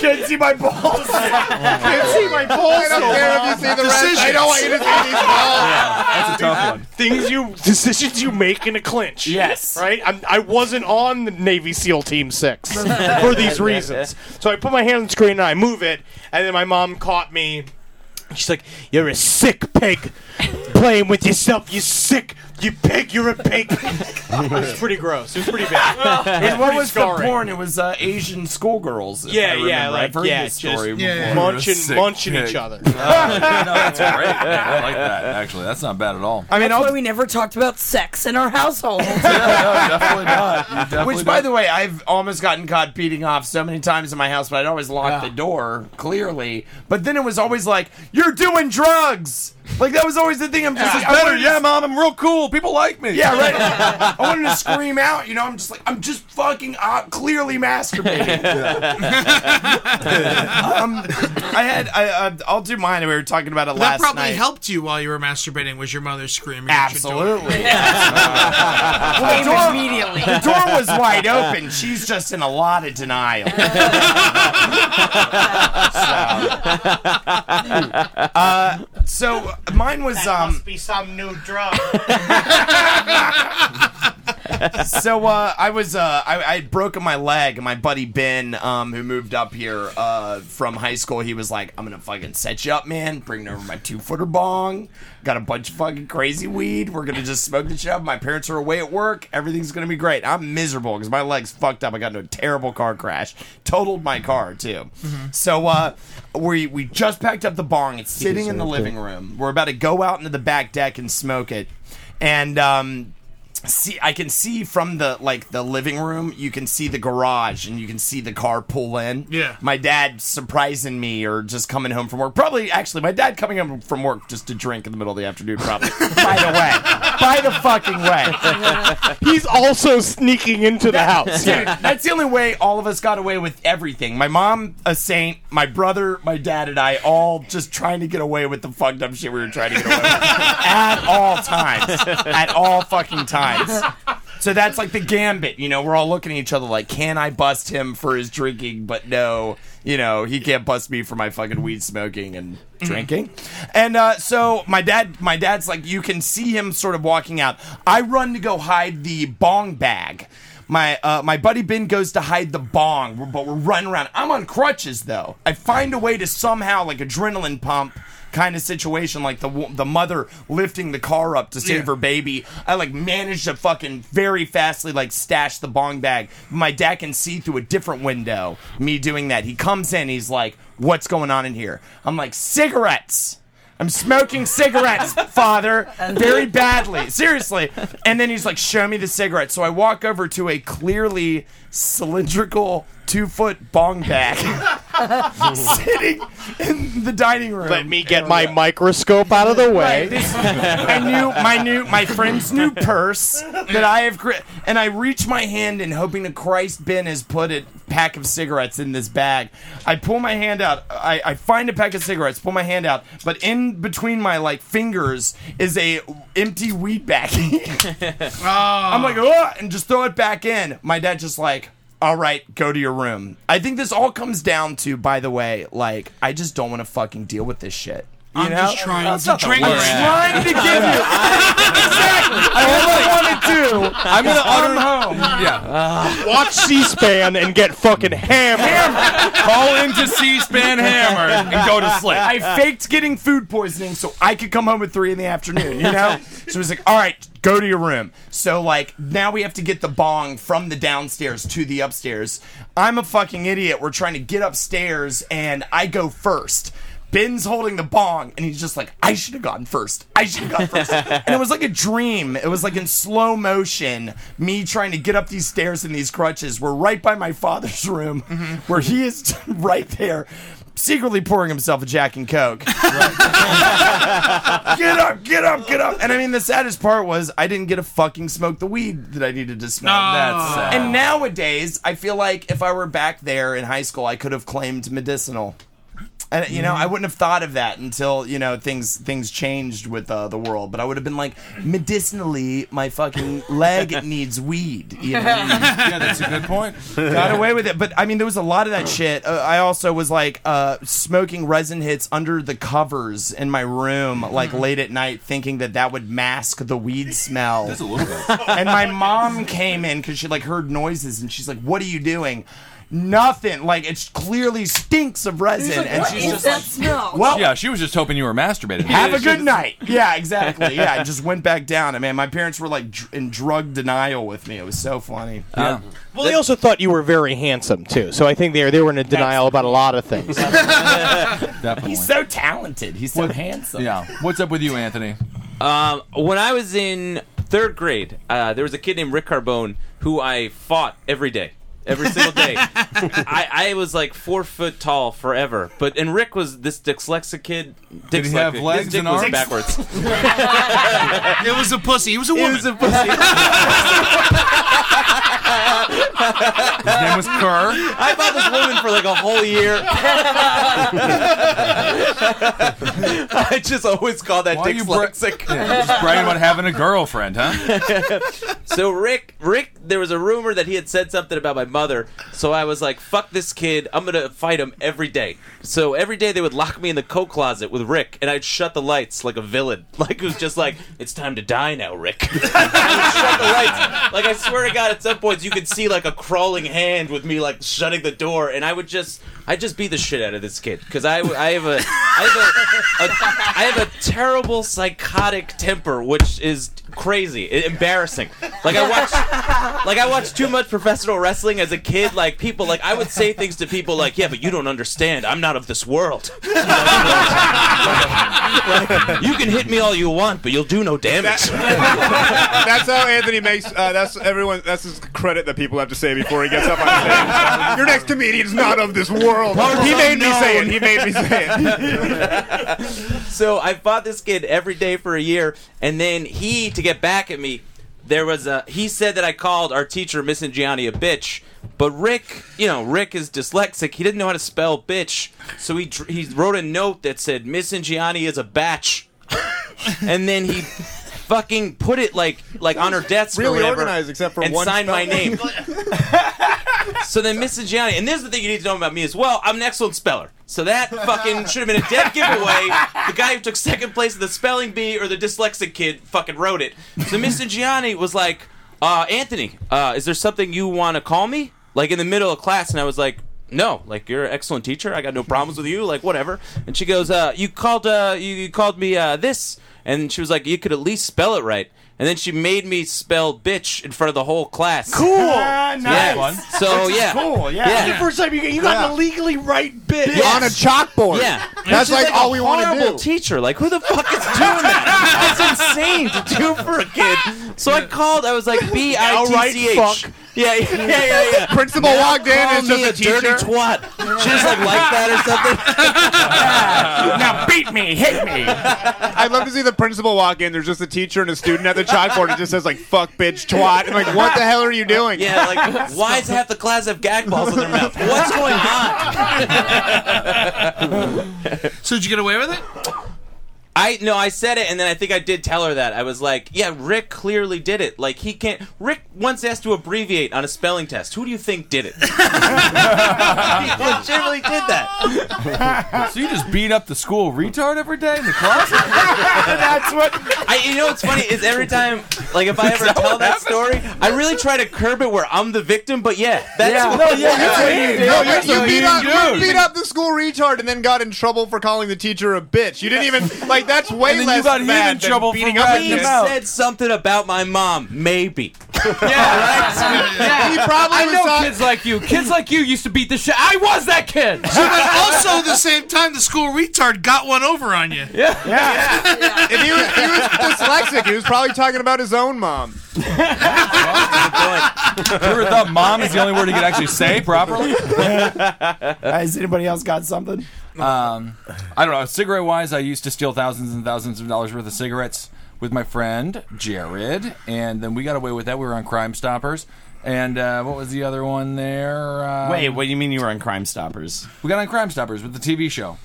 Can't see my balls.
Can't see my balls. I don't care if you see the rest. I don't want you to see these balls.
That's a tough one. Things you decisions you make in a clinch. Yes. Right. I'm, I wasn't on the Navy SEAL Team Six for these reasons. So I put my hand on the screen and I move it, and then my mom caught me. She's like, "You're a sick pig, playing with yourself. You sick, you pig. You're a pig."
Um,
it was pretty gross. It was pretty bad. It
and what
pretty
was the
scarring.
porn? It was uh, Asian schoolgirls. if
Yeah,
I
yeah,
remember.
like
I've heard
yeah,
this story
just
before.
munching, munching each other.
that's great. Man, I like that. Actually, that's not bad at all.
I mean,
that's why we never talked about sex in our household.
definitely not.
definitely
Uh, Which, by the way, I've almost gotten caught beating off so many times in my house, but I'd always lock the door, clearly. But then it was always like, you're doing drugs! Like, that was always the thing. I'm just like, I
better.
wanted to-
Yeah, mom, I'm real cool. People like me.
Yeah, right. I wanted to scream out, you know, I'm just like, I'm just fucking uh, clearly masturbating. um, I had, I, uh, I'll do mine. We were talking about it
That
last
probably
night.
helped you while you were masturbating. Was your mother screaming?
Absolutely.
Blame
immediately.
The door was wide open. She's just in a lot of denial. So, uh, so mine was um.
be some new drug.
So uh, I was uh, I, I had broken my leg, and my buddy Ben, um, who moved up here uh, from high school, he was like, "I'm gonna fucking set you up, man. Bringing over my two footer bong. Got a bunch of fucking crazy weed. We're gonna just smoke the shit up. My parents are away at work. Everything's gonna be great. I'm miserable because my leg's fucked up. I got into a terrible car crash. Totaled my car too. So uh, we we just packed up the bong. It's sitting in the living room. We're about to go out into the back deck and smoke it, and um, see I can see from the like the living room, you can see the garage and you can see the car pull in.
Yeah.
My dad surprising me or just coming home from work. Probably actually my dad coming home from work just to drink in the middle of the afternoon probably. By the way. By the fucking way.
He's also sneaking into the house.
Dude, that's the only way all of us got away with everything. My mom, a saint, my brother, my dad, and I all just trying to get away with the fucked up shit we were trying to get away with at all times. At all fucking times. So that's like the gambit, you know. We're all looking at each other like, "Can I bust him for his drinking?" But no, you know, he can't bust me for my fucking weed smoking and drinking. And uh, so my dad, my dad's like, you can see him sort of walking out. I run to go hide the bong bag. My uh, my buddy Ben goes to hide the bong, but we're running around. I'm on crutches though. I find a way to somehow like adrenaline pump kind of situation, like the wo- the mother lifting the car up to save her baby. I like manage to fucking very fastly like stash the bong bag. My dad can see through a different window. Me doing that. He comes in. He's like, "What's going on in here?" I'm like, "Cigarettes." I'm smoking cigarettes, father, very badly. Seriously. And then he's like, show me the cigarette. So I walk over to a clearly cylindrical two foot bong bag sitting in the dining room.
Let me get my microscope out of the way.
I knew my new my friend's new purse that I have, cre- and I reach my hand in, hoping to Christ Ben has put a pack of cigarettes in this bag. I pull my hand out. I, I find a pack of cigarettes. Pull my hand out, but in between my like fingers is a empty weed bag. I'm like, oh, and just throw it back in. My dad just like, all right, go to your room. I think this all comes down to, by the way, like, I just don't want to fucking deal with this shit. You
I'm
know?
just trying
That's
to
not the
drink
worst.
right
I'm
now.
trying to give you. exactly. I don't want to do.
I'm gonna
order home.
Yeah.
Watch C-SPAN and get fucking hammered.
Call into C-SPAN Hammer and go to sleep.
I faked getting food poisoning so I could come home at three in the afternoon. You know, so it's like, all right, go to your room. So like now we have to get the bong from the downstairs to the upstairs. I'm a fucking idiot. We're trying to get upstairs and I go first. Ben's holding the bong and he's just like, I should have gone first. I should have gone first. and it was like a dream. It was like in slow motion, me trying to get up these stairs in these crutches. We're right by my father's room where he is right there. Secretly pouring himself a Jack and Coke. get up, get up, get up. And I mean, the saddest part was I didn't get to fucking smoke the weed that I needed to smoke.
That's sad.
And nowadays, I feel like if I were back there in high school, I could have claimed medicinal. And you know, I wouldn't have thought of that until you know things things changed with uh, the world. But I would have been like, medicinally, my fucking leg needs weed. You know?
yeah, that's a good point.
Got away with it, but I mean, there was a lot of that shit. Uh, I also was like uh, smoking resin hits under the covers in my room,
Mm-hmm.
like late at night, thinking that that would mask the weed smell.
That's a little bit.
and my mom came in because she like heard noises, and she's like, "What are you doing?" Nothing. Like it's clearly stinks of resin,
like,
and
"What
she's
is
just
that
like,
smell?"
"Well,
yeah, she was just hoping you were masturbating.
have a good night. Yeah, exactly. Yeah, I just went back down. And man, my parents were like dr- in drug denial with me. It was so funny. Um,
Well, they also thought you were very handsome too, so I think they they were in a denial about a lot of things.
He's so talented. He's so handsome.
Yeah. What's up with you, Anthony?
Um, when I was in third grade, uh, there was a kid named Rick Carbone who I fought every day. Every single day, I, I was like four foot tall forever. But and Rick was this dyslexic kid.
Did he have
dyslexic-
legs
His dick
and
was
arms?
backwards.
it was a pussy. He was a woman.
a
His name was Kerr.
I fought this woman for like a whole year. I just always call that
Why are you bra-
dyslexic.
Yeah, just bragging about having a girlfriend, huh?
so Rick, Rick, there was a rumor that he had said something about my mother. So I was like, "Fuck this kid! I'm gonna fight him every day." So every day they would lock me in the coat closet with Rick, and I'd shut the lights like a villain. Like it was just like, "It's time to die now, Rick." I'd shut the lights Like I swear to God, at some points you could see like a crawling hand with me like shutting the door, and I would just, I would just beat the shit out of this kid because I, I have a, I have a, a, I have a terrible psychotic temper, which is crazy, e- embarrassing. Like I watch, like I watched too much professional wrestling as a kid. Like people, like I would say things to people like, "Yeah, but you don't understand. I'm not of this world." You can hit me all you want, but you'll do no damage.
that's how Anthony makes. Uh, that's everyone. That's his credit that people have to say before he gets up on stage. Your next comedian's not of this world. He made me say it. He made me say it.
so I fought this kid every day for a year, and then he to get back at me. There was a he said that I called our teacher Miss Gianni a bitch, but Rick, you know, Rick is dyslexic. He didn't know how to spell bitch, so he dr- he wrote a note that said Miss Gianni is a batch, and then he fucking put it like like on her desk
Really
or whatever,
organized except for
and
one
signed my
spelling.
name. So then Mrs. Gianni, and this is the thing you need to know about me as well. I'm an excellent speller. So that fucking should have been a dead giveaway. The guy who took second place at the spelling bee or the dyslexic kid fucking wrote it. So Mr. Gianni was like, uh, Anthony, uh, is there something you want to call me? Like in the middle of class, and I was like, no, like you're an excellent teacher. I got no problems with you. Like whatever. And she goes, uh, you called, uh, you, you called me uh, this, and she was like, you could at least spell it right. And then she made me spell bitch in front of the whole class.
Cool. Ah,
Yeah.
nice.
So
Which is
yeah.
cool, yeah. That's the first time you get- you got the
legally right
bit. On a
chalkboard.
Yeah.
That's
Which is
like all
a
we wanna
horrible
do.
Teacher, like who the fuck is doing that? That's insane to do for a kid. So I called. I was like B I T C
Outright
H.
fuck.
Yeah, yeah, yeah, yeah, yeah.
Principal
Now
walked in,
call
it's just
me
a
dirty
teacher.
twat. She was like like that or something.
now
beat me, hit me.
I'd love to see the principal walk in. There's just a teacher and a student at the chalkboard. It just says like "fuck, bitch, twat." And like, what the hell are you doing?
Yeah, like why does half the class have gag balls in their mouth? What's going on?
So did you get away with it?
I no, I said it, and then I think I did tell her that I was like, "Yeah, Rick clearly did it. Like he can't." Rick once asked to abbreviate on a spelling test. Who do you think did it? he legitimately did that.
so you just beat up the school retard every day in the class?
That's what. I, you know what's funny is every time, like if I ever tell that story, I really try to curb it where I'm the victim. But yeah, that's
Yeah.
what
No, yeah, you're
what
mean,
did.
No, you, you beat up,
Dude.
you beat up the school retard and then got in trouble for calling the teacher a bitch. You didn't even like that's way
And then
less
you got him
bad
in trouble
than
for
beating up
ratting him out. said something about my mom, maybe.
He probably
I
was
know
not-
kids like you. Kids like you used to beat the shit. I was that kid.
So, but also at the same time, the school retard got one over on you.
Yeah.
Yeah. if he was, he was dyslexic, he was probably talking about his own mom.
Ever thought mom is the only word he could actually say properly?
Has anybody else got something?
Um, I don't know. Cigarette wise, I used to steal thousands and thousands of dollars worth of cigarettes with my friend Jared, and then we got away with that. We were on Crime Stoppers, and uh, what was the other one there? Um,
Wait, what do you mean you were on Crime Stoppers?
We got on Crime Stoppers with the TV show.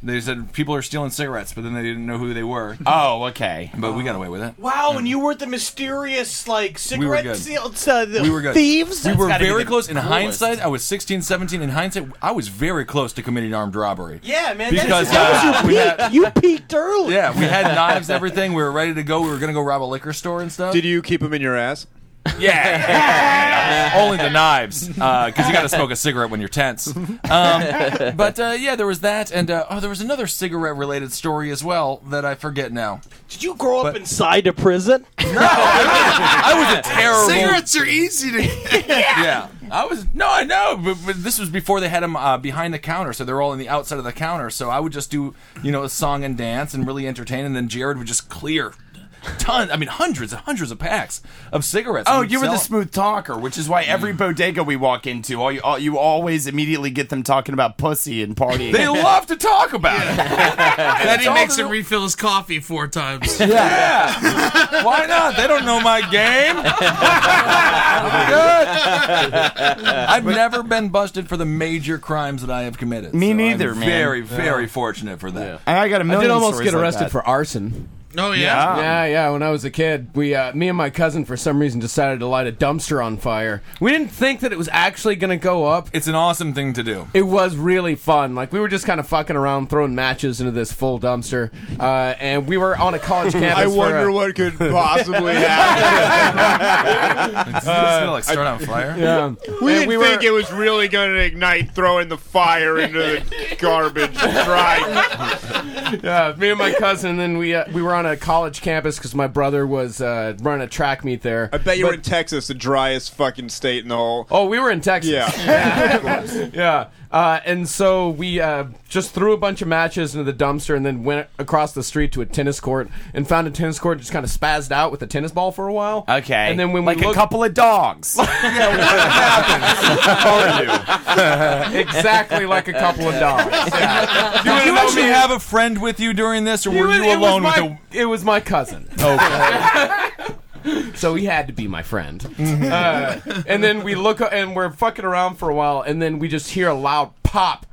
They said people are stealing cigarettes, but then they didn't know who they were.
Oh, okay.
But we got away with it.
Wow, and you weren't the mysterious like
We were
cigarette
good.
seal- uh, the
we were good.
thieves.
We
That's
were
gotta be
very
the
close. In
coolest.
hindsight, I was 16, 17. In hindsight, I was very close to committing armed robbery.
Yeah, man.
Because,
Because that
uh,
was
we
your peak.
had-
you peaked early.
Yeah, we had knives, everything. We were ready to go. We were going to go rob a liquor store and stuff.
Did you keep him in your ass?
Yeah. Only the knives, because you got to smoke a cigarette when you're tense. Um, but uh, yeah, there was that, and uh, oh, there was another cigarette-related story as well that I forget now.
Did you grow up
But-
inside a prison?
I was a terrible.
Cigarettes are easy to.
yeah. I was no, I know, but, but this was before they had them uh, behind the counter, so they're all on the outside of the counter. So I would just do you know a song and dance and really entertain, and then Jared would just clear tons, I mean hundreds and hundreds of packs of cigarettes.
Oh,
and
you were
sell Mm.
the
them.
smooth talker, which is why every bodega we walk into, all you, all, you always immediately get them talking about pussy and partying.
They love to talk about it.
Then he
all
makes
the-
him refill his coffee four times.
Yeah. Why not? They don't know my game. Good. I've never been busted for the major crimes that I have committed.
Me
so I'm
neither, man.
Very,
Yeah.
very fortunate for that.
I got a million
I did almost
stories
get
like
arrested
that.
for arson.
Oh yeah?
yeah, yeah. When I was a kid, we, uh, me and my cousin, for some reason, decided to light a dumpster on fire. We didn't think that it was actually going to go up.
It's an awesome thing to do.
It was really fun. Like we were just kind of fucking around, throwing matches into this full dumpster, uh, and we were on a college campus.
I
for uh,
wonder
a-
what could possibly happen.
gonna, like, start on fire?
Yeah.
We
And
didn't
we were-
think it was really going to ignite throwing the fire into the garbage dry.
yeah, me and my cousin. And then we uh, we were on a college campus because my brother was uh, running a track meet there. I
bet you were in Texas, the driest fucking state in the whole.
Oh, we were in Texas.
Yeah.
yeah. Uh, and so we uh, just threw a bunch of matches into the dumpster and then went across the street to a tennis court and found a tennis court just kind of spazzed out with a tennis ball for a while.
Okay.
And then when
like
we
a
looked,
couple of dogs.
exactly like a couple of dogs.
Do you actually have a friend with you during this, or were
It-
you
it was
alone with oh,
my- It was my cousin.
a? Okay.
so he had to be my friend. Uh, and then we look o- and we're fucking around for a while, and then we just hear a loud pop.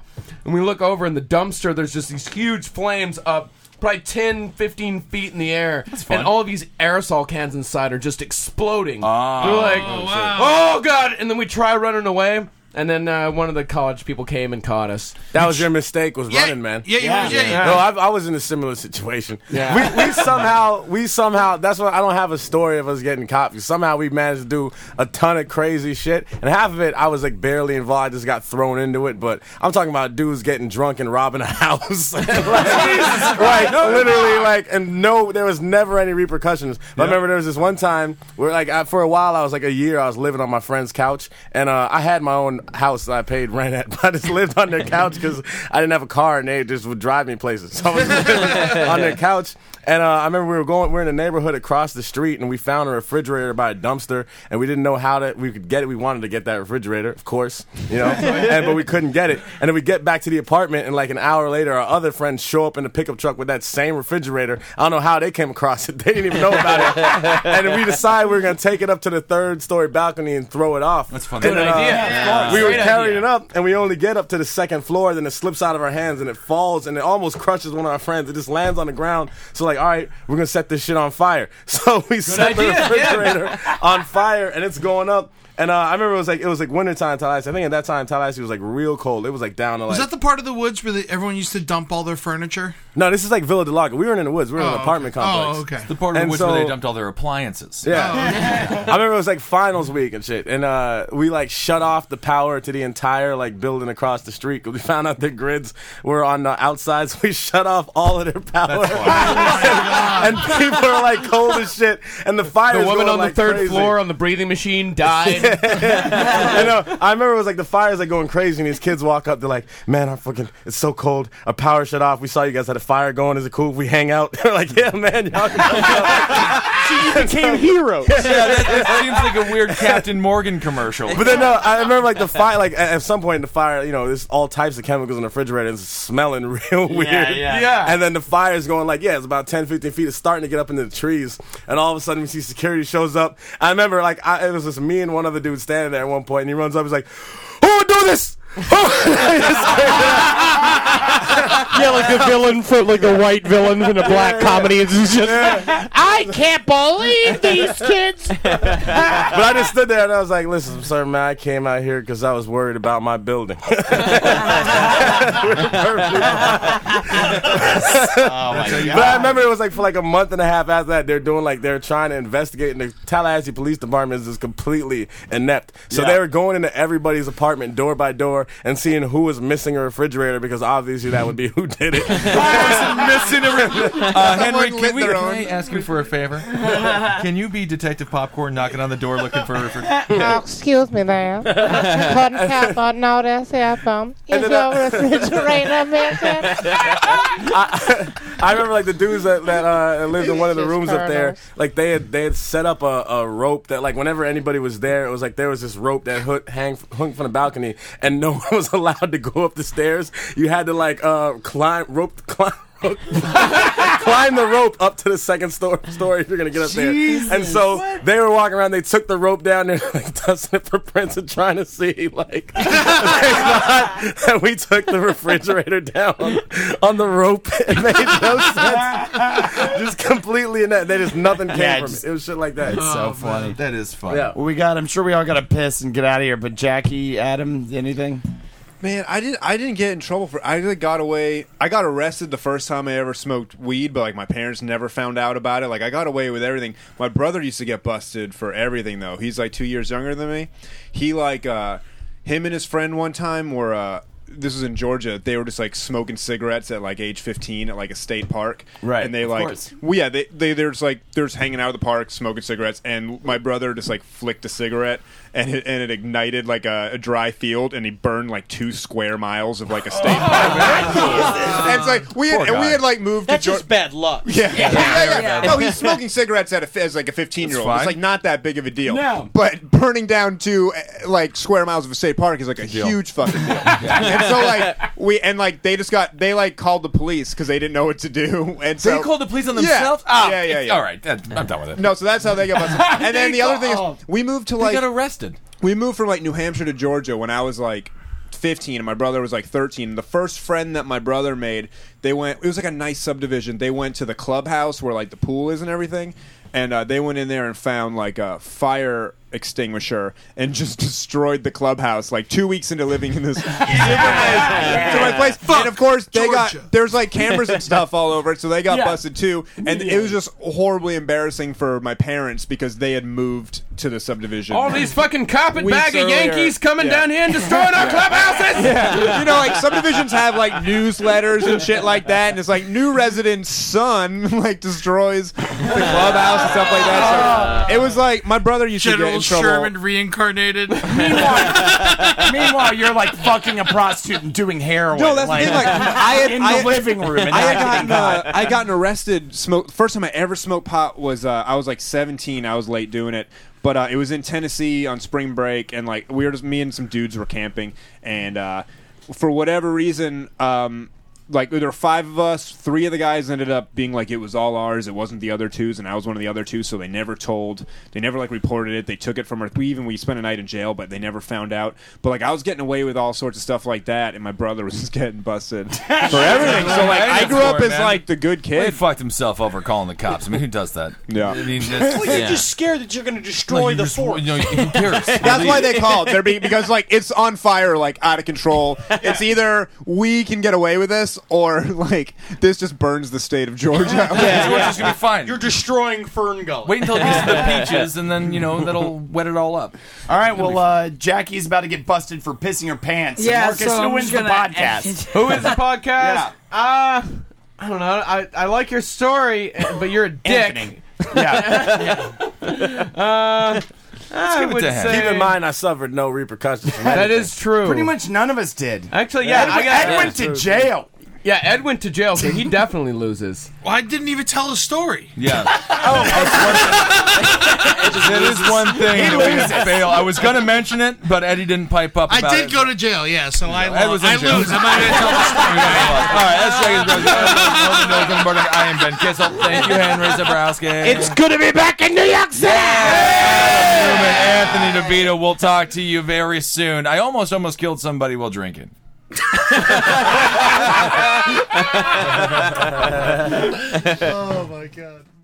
And we look over in the dumpster, there's just these huge flames up probably 10, 15 feet in the air.
fun.
And all of these aerosol cans inside are just exploding.
Ah.
We're like,
Oh,
oh, God. And then we try running away. And then uh, one of the college people came and caught us.
That was your mistake, was running, man.
yeah, you Yeah. was- yeah, you
No,
was.
I, I was in a similar situation.
Yeah.
We, we somehow, we somehow. That's why I don't have a story of us getting caught. because Somehow we managed to do a ton of crazy shit, and half of it I was like barely involved. I just got thrown into it. But I'm talking about dudes getting drunk and robbing a house, like, like, literally, like, and no, there was never any repercussions. But I remember there was this one time where, like, I, for a while I was like a year I was living on my friend's couch, and uh, I had my own house that I paid rent at, but I just lived on their couch because I didn't have a car, and they just would drive me places. So I was living on their couch. And uh, I remember we were going, we are in a neighborhood across the street, and we found a refrigerator by a dumpster, and we didn't know how to, we could get it. We wanted to get that refrigerator, of course, you know, and, but we couldn't get it. And then we get back to the apartment, and like an hour later, our other friends show up in a pickup truck with that same refrigerator. I don't know how they came across it; they didn't even know about it. And we decided we were gonna take it up to the third story balcony and throw it off. That's funny.
Good idea. Yeah.
We were
Great
carrying
idea.
it up, and we only get up to the second floor. Then it slips out of our hands, and it falls, and it almost crushes one of our friends. It just lands on the ground. So like, all right, we're gonna set this shit on fire. So we set
idea,
the
yeah.
refrigerator on fire, and it's going up. And uh, I remember it was like it was like wintertime in Tallahassee. I think at that time Tallahassee was like real cold. It was like down to like
Was that the part of the woods where the, everyone used to dump all their furniture?
no, this is like Villa del Lago. We weren't in the woods. We were in
Oh,
an
okay.
apartment
Oh,
complex.
okay.
The part of
And
which
so-
where they dumped all their appliances.
Oh.
Yeah. I remember it was like finals week and shit. And uh, we like shut off the power to the entire like building across the street 'cause we found out their grids were on the outside. So we shut off all of their power. and, people are like cold as shit. And the fire
The
is
woman
going,
on the
like,
third
crazy.
floor on the breathing machine died.
I know. I remember it was like the fire's like going crazy, and these kids walk up. They're like, "Man, our fucking it's so cold. Our power shut off. We saw you guys had a fire going. Is it cool if we hang out?" They're like, "Yeah, man, y'all." so you became heroes.
yeah that, that seems like a weird Captain Morgan commercial.
But then no, I remember like the fire. Like at at some point, the fire. You know, there's all types of chemicals in the refrigerator. It's smelling real weird.
yeah. Yeah.
And then the fire's going like yeah, it's about 10, 15 feet. It's starting to get up into the trees, and all of a sudden we see security shows up. I remember like I, it was just me and one other dude standing there at one point, and he runs up. He's like, "Who would do this?"
yeah, like the villain for like the white villain in a black comedy. It's just
I can't believe these kids.
but I just stood there and I was like, "Listen, sir, man, I came out here because I was worried about my building."
Oh, my God.
But I remember it was like for like a month and a half after that, they're doing like they're trying to investigate, and the Tallahassee Police Department is just completely inept. So
Yeah.
they were going into everybody's apartment door by door and seeing who was missing a refrigerator because obviously that would be who did it.
missing a uh,
Someone
Henry, can,
lit
we,
their
can
own.
I ask you for a favor? can you be Detective Popcorn knocking on the door looking for a refrigerator?
Oh, excuse me there. Couldn't help but notice if um,
And
is
then I-
your refrigerator missing?
I remember like the dudes that, that uh, lived in one of the rooms up there,
Carlos.
like they had they had set up a, a rope that like whenever anybody was there, it was like there was this rope that hook, hang hung from the balcony, and no one was allowed to go up the stairs. You had to like uh, climb rope climb. climb the rope up to the second sto- story if you're gonna get up
Jesus.
there. And so they were walking around. They took the rope down there, like dusting it for prints and trying to see like. and we took the refrigerator down on the rope. It made no sense. just completely in that. They just nothing came
Yeah,
from
just-
it. It was shit like that.
That's
Oh,
so
Um,
funny.
That is funny.
Yeah. Well, we got. I'm sure we all got to piss and get out of here. But Jackie, Adam, anything?
Man, I didn't. I didn't get in trouble for. I like, got away. I got arrested the first time I ever smoked weed, but like my parents never found out about it. Like I got away with everything. My brother used to get busted for everything though. He's like two years younger than me. He like uh, him and his friend one time were. Uh, this was in Georgia. They were just like smoking cigarettes at like age fifteen at like a state park,
Right,
And they
of
like,
course.
well, yeah, they they they're just like they're just hanging out at the park smoking cigarettes, and my brother just like flicked a cigarette, and it, and it ignited like a, a dry field, and he burned like two square miles of like a state park. and it's like we had,
Poor
and we
guy.
had like moved
That's
to Geor-
just bad luck.
Yeah. Yeah, yeah, yeah.
Yeah.
No, he's smoking cigarettes at a, fi- as like a 15 year old.
That's
It's
fine.
like not that big of a deal.
No.
But burning down two uh, like square miles of a state park is like a huge fucking deal. and so like we and like they just got they like called the police because they didn't know what to do. And so
They called the police on
Yeah.
themselves? Ah,
yeah, yeah,
it's-
yeah.
All right, that, I'm done with it.
No, so that's how they Oh, got busted. And then
They
the other thing
called.
is, we moved to
Oh. They
like
got arrested.
We moved from like New Hampshire to Georgia when I was like 15 and my brother was like 13. And the first friend that my brother made, they went. It was like a nice subdivision. They went to the clubhouse where like the pool is and everything, and uh, they went in there and found like a fire extinguisher and just destroyed the clubhouse like two weeks into living in this to my place. And of course, they got there's like cameras and stuff all over it, so they got
Yeah.
busted too. And it was just horribly embarrassing for my parents because they had moved to the subdivision.
All these fucking
Weeks
carpetbagger
earlier.
Yankees coming
Yeah.
down here and destroying our clubhouses.
Yeah. you know, like subdivisions have like newsletters and shit like that, and it's like new resident's son like destroys the clubhouse and stuff like
Ah.
that. So it was like my brother used to get
General
in trouble.
Sherman reincarnated.
Meanwhile, you're like fucking a prostitute and doing heroin.
No, that's the thing. Like, I had,
in
I
the
had-
living room. And
I had
not getting
gotten,
caught.
uh, I gotten arrested. Smoke. First time I ever smoked pot was uh, I was like 17. I was late doing it, but uh, it was in Tennessee on spring break, and like we were just me and some dudes were camping, and uh, for whatever reason. Um, like there were five of us. Three of the guys ended up being like it was all ours. It wasn't the other twos, and I was one of the other two. So they never told. They never like reported it. They took it from her. We even we spent a night in jail, but they never found out. But like I was getting away with all sorts of stuff like that, and my brother was just getting busted for everything. So like I grew up as like the good kid.
He fucked himself over calling the cops. I mean, who does that?
Yeah.
I mean, that's-
Well, you're just scared that you're going to destroy the force.
you know, who cares?
That's why they called. They're be- because like it's on fire, like out of control. It's either we can get away with this, or like this just burns the state of Georgia.
Georgia's gonna be fine.
You're destroying Fern Gully.
Wait until it gets to the peaches, and then you know that'll wet it all up.
All right. Well, uh, Jackie's about to get busted for pissing her pants. and
Yeah,
Marcus,
so
who
I'm
wins
just
the
gonna-
podcast?
Who is the podcast?
Yeah.
Uh, I don't know. I, I like your story, eh, but you're a dick. Yeah. uh, I would say
Keep in mind, I suffered no repercussions. From
That
anything.
is true.
Pretty much none of us did.
Actually, yeah,
Ed,
I got-
Ed went to jail.
Yeah, Ed went to jail, so he definitely loses.
Well, I didn't even tell a story.
Yeah.
Oh,
That is one thing
He
that we
loses.
fail. I was going to mention it, but Eddie didn't pipe up.
I
about
did
it.
go to jail, yeah, so I,
Ed
lo-
was in
I
jail.
lose. I'm not going to tell the story.
All right, that's Dragon's Brothers. I am Ben Kissel. Thank you, Henry Zabrowski.
It's good to be back in New York City.
Anthony DeVito. We'll talk to you very soon. I almost almost killed somebody while drinking.
oh, my God.